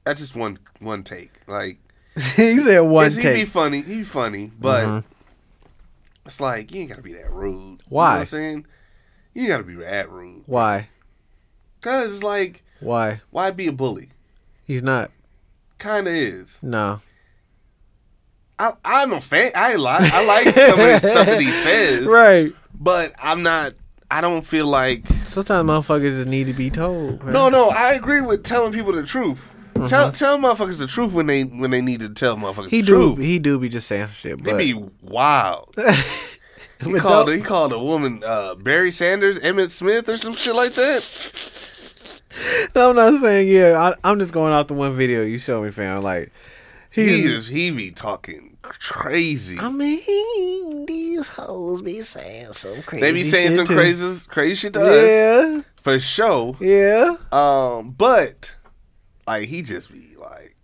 that's just one one take. Like,
he said one
yes, he'd be
take. Mm-hmm.
funny. He'd be funny, but it's like you ain't gotta be that rude. You know
Why?
what I'm saying you ain't gotta be that rude.
Why?
Cause it's like,
Why?
why be a bully?
He's not.
Kinda is.
No.
I, I'm a fan. I like I like some of the stuff that he says,
Right.
but I'm not. I don't feel like
Sometimes motherfuckers just need to be told. man.
No, no, I agree with telling people the truth. Tell tell motherfuckers the truth when they when they need to tell motherfuckers
Mm-hmm. He
the
do.
truth.
He do be just saying some shit.
They
But
be wild. He
But
called,
don't-
he called a woman uh, Barry Sanders, Emmett Smith, or some shit like that.
No, I'm not saying yeah. I, I'm just going off the one video you showed me, fam. Like
He
he.
is he be talking crazy.
I mean, these hoes be saying some crazy.
they be saying
shit
some
too.
crazy crazy shit to us
Yeah,
for sure.
yeah.
Um, but like he just be like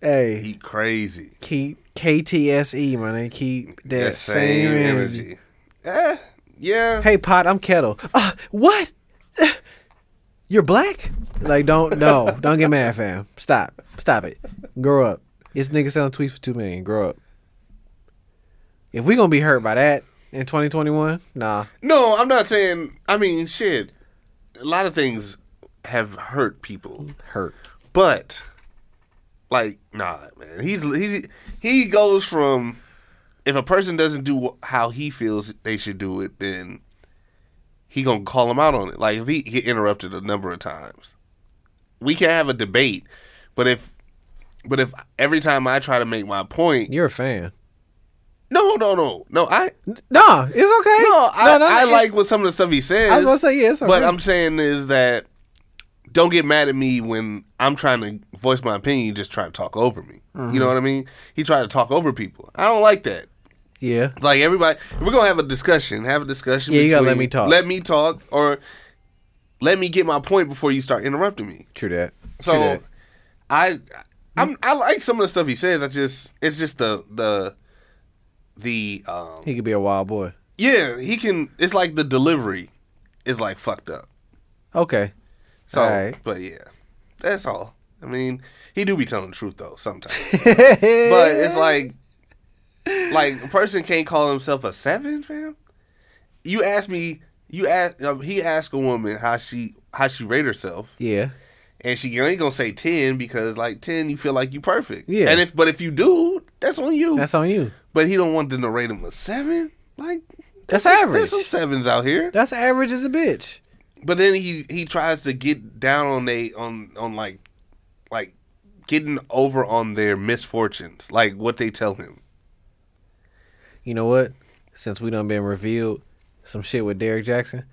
Hey,
he crazy.
keep KTSE, man. They E, keep that,
That
same, energy.
Eh, yeah.
Hey, pot, I'm kettle. Uh, what? Uh, You're black? Like, don't no, don't get mad, fam. Stop, stop it. Grow up. This nigga selling tweets for two million. Grow up. If we gonna be hurt by that in 2021, nah.
No, I'm not saying. I mean, shit. A lot of things have hurt people,
hurt.
but like, nah, man. He's he he goes from if a person doesn't do wh- how he feels they should do it, then he gonna call him out on it. Like if he get interrupted a number of times, we can have a debate, but if but if every time I try to make my point,
You're a fan.
no, no, no, no, I
Nah, it's okay.
no, I,
no,
I
it-
like what some of the stuff he says.
I was gonna say, yeah, it's
But
okay.
I'm saying is that don't get mad at me when I'm trying to voice my opinion. You just try to talk over me. You know
Mm-hmm.
what I mean? He tried to talk over people. I don't like that.
Yeah,
Like everybody, if we're gonna have a discussion. Have a discussion.
Yeah, you gotta let
between-
me talk.
Let me talk, or let me get my point before you start interrupting me.
true that. True
So
that.
I I'm, I like some of the stuff he says. I just it's just the the the um
he could be a wild boy.
yeah he can. It's like the delivery is like fucked up.
Okay.
So,
All right.
but yeah, that's all. I mean, he do be telling the truth though sometimes, but it's like, like a person can't call himself a seven, fam. You ask me, you ask, um, he asked a woman how she how she rate herself,
Yeah.
and she ain't gonna say ten because like ten, you feel like you perfect.
Yeah.
and if but if you do, that's on you.
That's on you.
but he don't want them to rate him a seven. Like
That's
there's-
average.
There's some sevens out here.
That's average as a bitch.
But then he he tries to get down on they on on like like getting over on their misfortunes, like what they tell him.
You know what? Since we done been revealed some shit with Derek Jackson,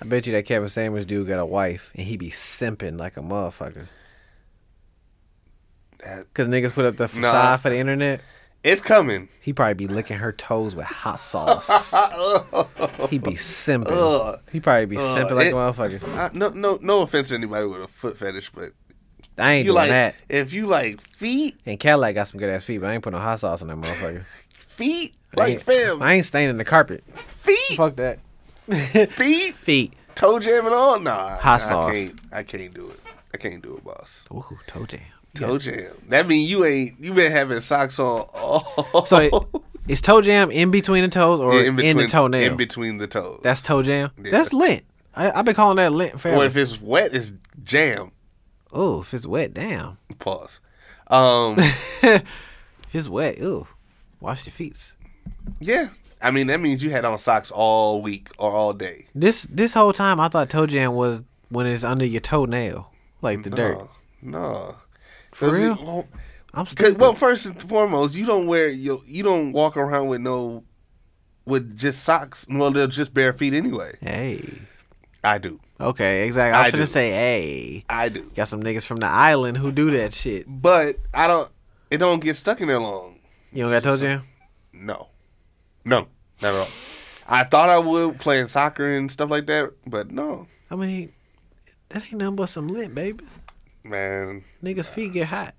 I bet you that Kevin Samuels dude got a wife and he be simping like a motherfucker.
That-
Cause niggas put up the facade for the internet.
It's coming.
He probably be licking her toes with hot sauce. uh. he be simping. He probably be simping like
Uh, it-
a motherfucker.
I, no no no offense to anybody with a foot fetish, but
I ain't
you
doing
like
that.
if you like feet
And Cadillac got some good ass feet, but I ain't putting no hot sauce on that motherfucker.
feet
I
like
ain't-
fam
I ain't staining the carpet.
feet
Fuck that.
feet
Feet.
toe jam and all nah
Hot
I
sauce.
can't, I can't do it I can't do it boss
Ooh, toe jam.
toe jam that mean you ain't you been having socks on all
So it, it's toe jam in between the toes or
Yeah,
in, the toenail.
in between the toes
That's toe jam.
Yeah.
That's lint. I, I've been calling that lint
Well, if
forever.
it's wet, it's jam.
Oh, if it's wet, damn.
Pause. Um,
If it's wet, ooh, wash your feet.
yeah, I mean that means you had on socks all week or all day.
This this whole time I thought toe jam was when it's under your toenail, like the dirt.
No, no.
For
'Cause
real?
it won't-
I'm
'cause-
stupid.
well, first and foremost, you don't wear you you don't walk around with no with just socks. Well, they're just bare feet anyway.
hey,
I do.
Okay, exactly. I was
I
gonna
do.
say, hey,
I do.
got some niggas from the island who do that shit.
But I don't. It don't get stuck in there long.
You don't got toe jam?
No, no, not at all. I thought I would playing soccer and stuff like that, but no,
I mean, that ain't nothing but some lint, baby.
man.
Niggas' feet get hot.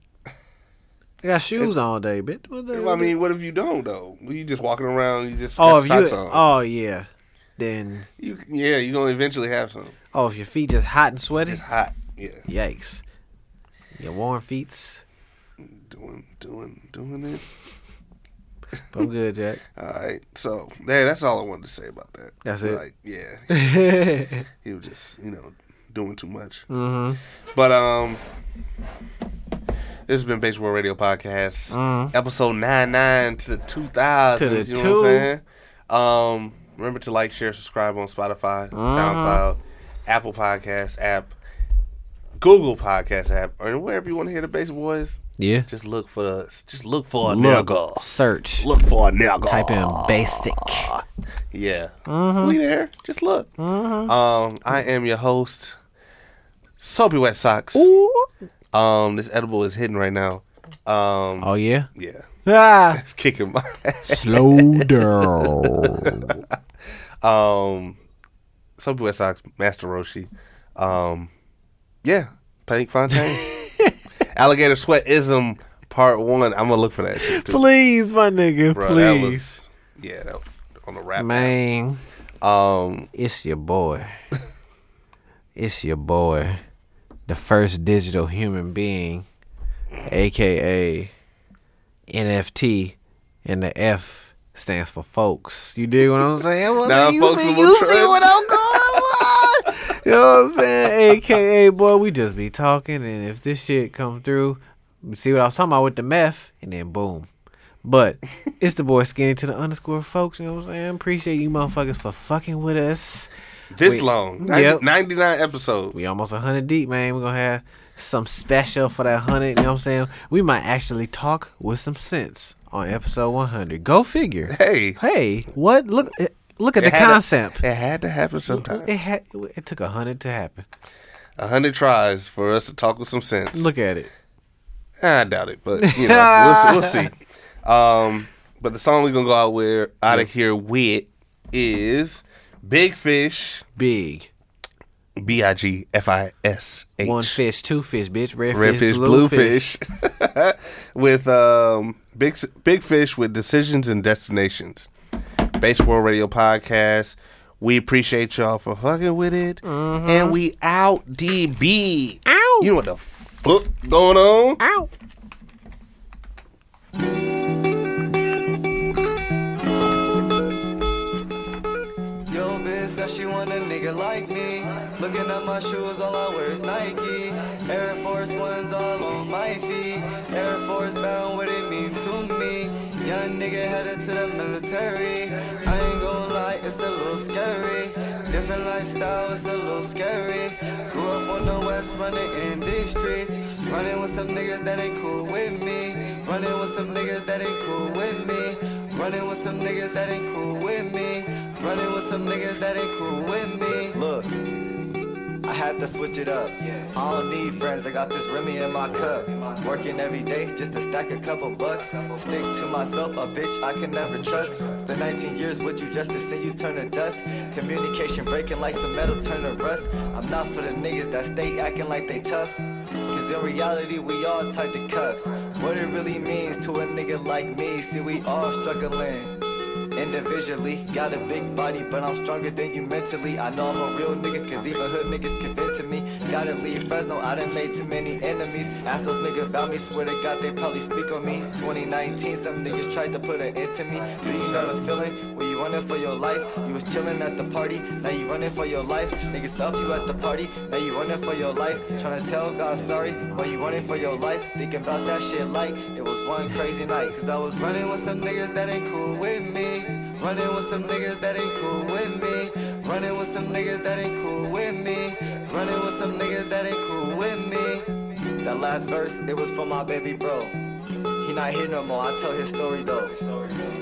They got shoes all day, bitch. What the-
I mean, what if you don't though? You just walking around, you just got
oh, if
socks
you,
on.
oh yeah, then
You, yeah, you gonna eventually have some.
oh, if your feet just hot and sweaty,
It's hot. Yeah,
yikes. Your warm feet.
doing, doing, doing it.
But I'm good, Jack.
All right. So there, that's all I wanted to say about that.
That's it.
Like, yeah, he was just you know doing too much. Mm-hmm. But um, this has been Base World Radio Podcast, episode nine nine to the two thousands.
Mm-hmm.
You
To the
know
two.
what I'm saying? Um, remember to like, share, subscribe on Spotify,
Mm-hmm.
SoundCloud, Apple Podcast app. Google Podcast app or wherever you want to hear the bass boys,
yeah.
just look for us. Just look for a
Look,
nigga.
search.
Look for a nigga.
Type Mm-hmm. in basic.
Yeah. We there. Just look.
Mm-hmm.
Um, I am your host, Soapy Wet Socks. Um, this edible is hidden right now. Um,
Oh yeah.
yeah.
Ah.
It's kicking my ass.
Slow down.
Um, Soapy Wet Socks, Master Roshi. Um, yeah. Panic Fontaine. Alligator Sweat Ism Part 1. I'm going to look for that shit, too.
please, my nigga.
Bruh, that
please,
was- yeah, that was on the rap.
man.
Um,
It's your boy. It's your boy. The first digital human being, aka NFT, and the F stands for folks. You dig what I'm saying? Well,
Nah,
you
folks
see,
is
you
what
see
I'm
what I'm going on. you know what I'm saying? AKA, boy, we just be talking, and if this shit come through, we see what I was talking about with the meth, and then boom. But it's the boy skinny to the underscore folks. You know what I'm saying? Appreciate you motherfuckers for fucking with us.
this
Wait.
long,
Yep.
99 episodes.
We almost 100 deep, man. We're going to have some special for that 100. You know what I'm saying? We might actually talk with some sense on episode 100. Go figure.
Hey,
Hey, what? Look eh, look at
It
the
had to-
concept.
it had to happen sometime.
it, had, it took 100 to happen.
A hundred tries for us to talk with some sense.
Look at it.
I doubt it, but you know, we'll, see- we'll see. Um, but the song we're gonna go out with, out of here with, is Big Fish,
Big.
B I G F I S H,
One fish, two fish, bitch. Red,
red
fish,
fish,
blue,
blue
fish.
fish, with um, Big S- Big Fish with Decisions and Destinations. Base World Radio Podcast. We appreciate y'all for fucking with it,
Mm-hmm.
and we out, DB. Out. You know what the fuck going on?
Ow.
Yo, bitch, said she want a nigga like me. Looking at my shoes, all I wear is Nike. Air Force Ones all on my feet. Air Force bound, what it mean to me. Young nigga headed to the military. I ain't gon' lie, it's a little scary. Different lifestyle, it's a little scary. Grew up on the west, running in these streets. Running with some niggas that ain't cool with me. Running with some niggas that ain't cool with me. Running with some niggas that ain't cool with me. Running with some niggas that ain't cool with me. Look, I had to switch it up. I don't need friends, I got this Remy in my cup. Working every day just to stack a couple bucks. Stick to myself, a bitch I can never trust. Spent 19 years with you just to see you turn to dust. Communication breaking like some metal turn to rust. I'm not for the niggas that stay acting like they tough. Cause in reality, we all tied to cuffs. What it really means to a nigga like me, see, we all struggling. Individually, got a big body, but I'm stronger than you mentally. I know I'm a real nigga, cause even hood niggas convinced to me. Gotta leave Fresno, I done made too many enemies. Ask those niggas about me, swear to God, they probably speak on me. 2019, some niggas tried to put an end to me. Do you know the feeling? Were you running for your life? You was chilling at the party, now you running for your life. Niggas up you at the party, now you running for your life. Tryna tell God sorry, while you running for your life. Thinking about that shit like it was one crazy night. Cause I was running with some niggas that ain't cool with me. Running with some niggas that ain't cool with me. Running with some niggas that ain't cool with me. Running with some niggas that ain't cool with me. That last verse, it was for my baby bro. He not here no more, I tell his story though.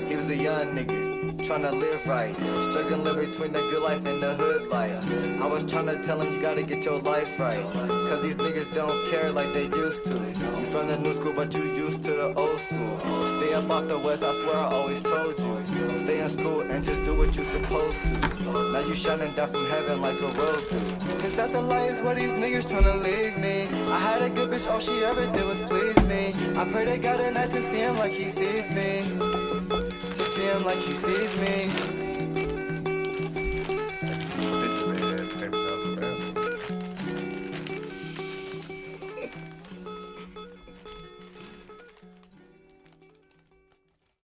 He was a young nigga. tryna live right. Struggling between the good life and the hood life. I was tryna tell him you gotta get your life right. Cause these niggas don't care like they used to. You from the new school, but you used to the old school. Stay up off the west, I swear I always told you. Stay in school and just do what you supposed to. Now you shining down from heaven like a rose do. Cause at the light is where these niggas tryna leave me. I had a good bitch, all she ever did was please me. I pray to God and I to see him like he sees me. To see him like he sees me.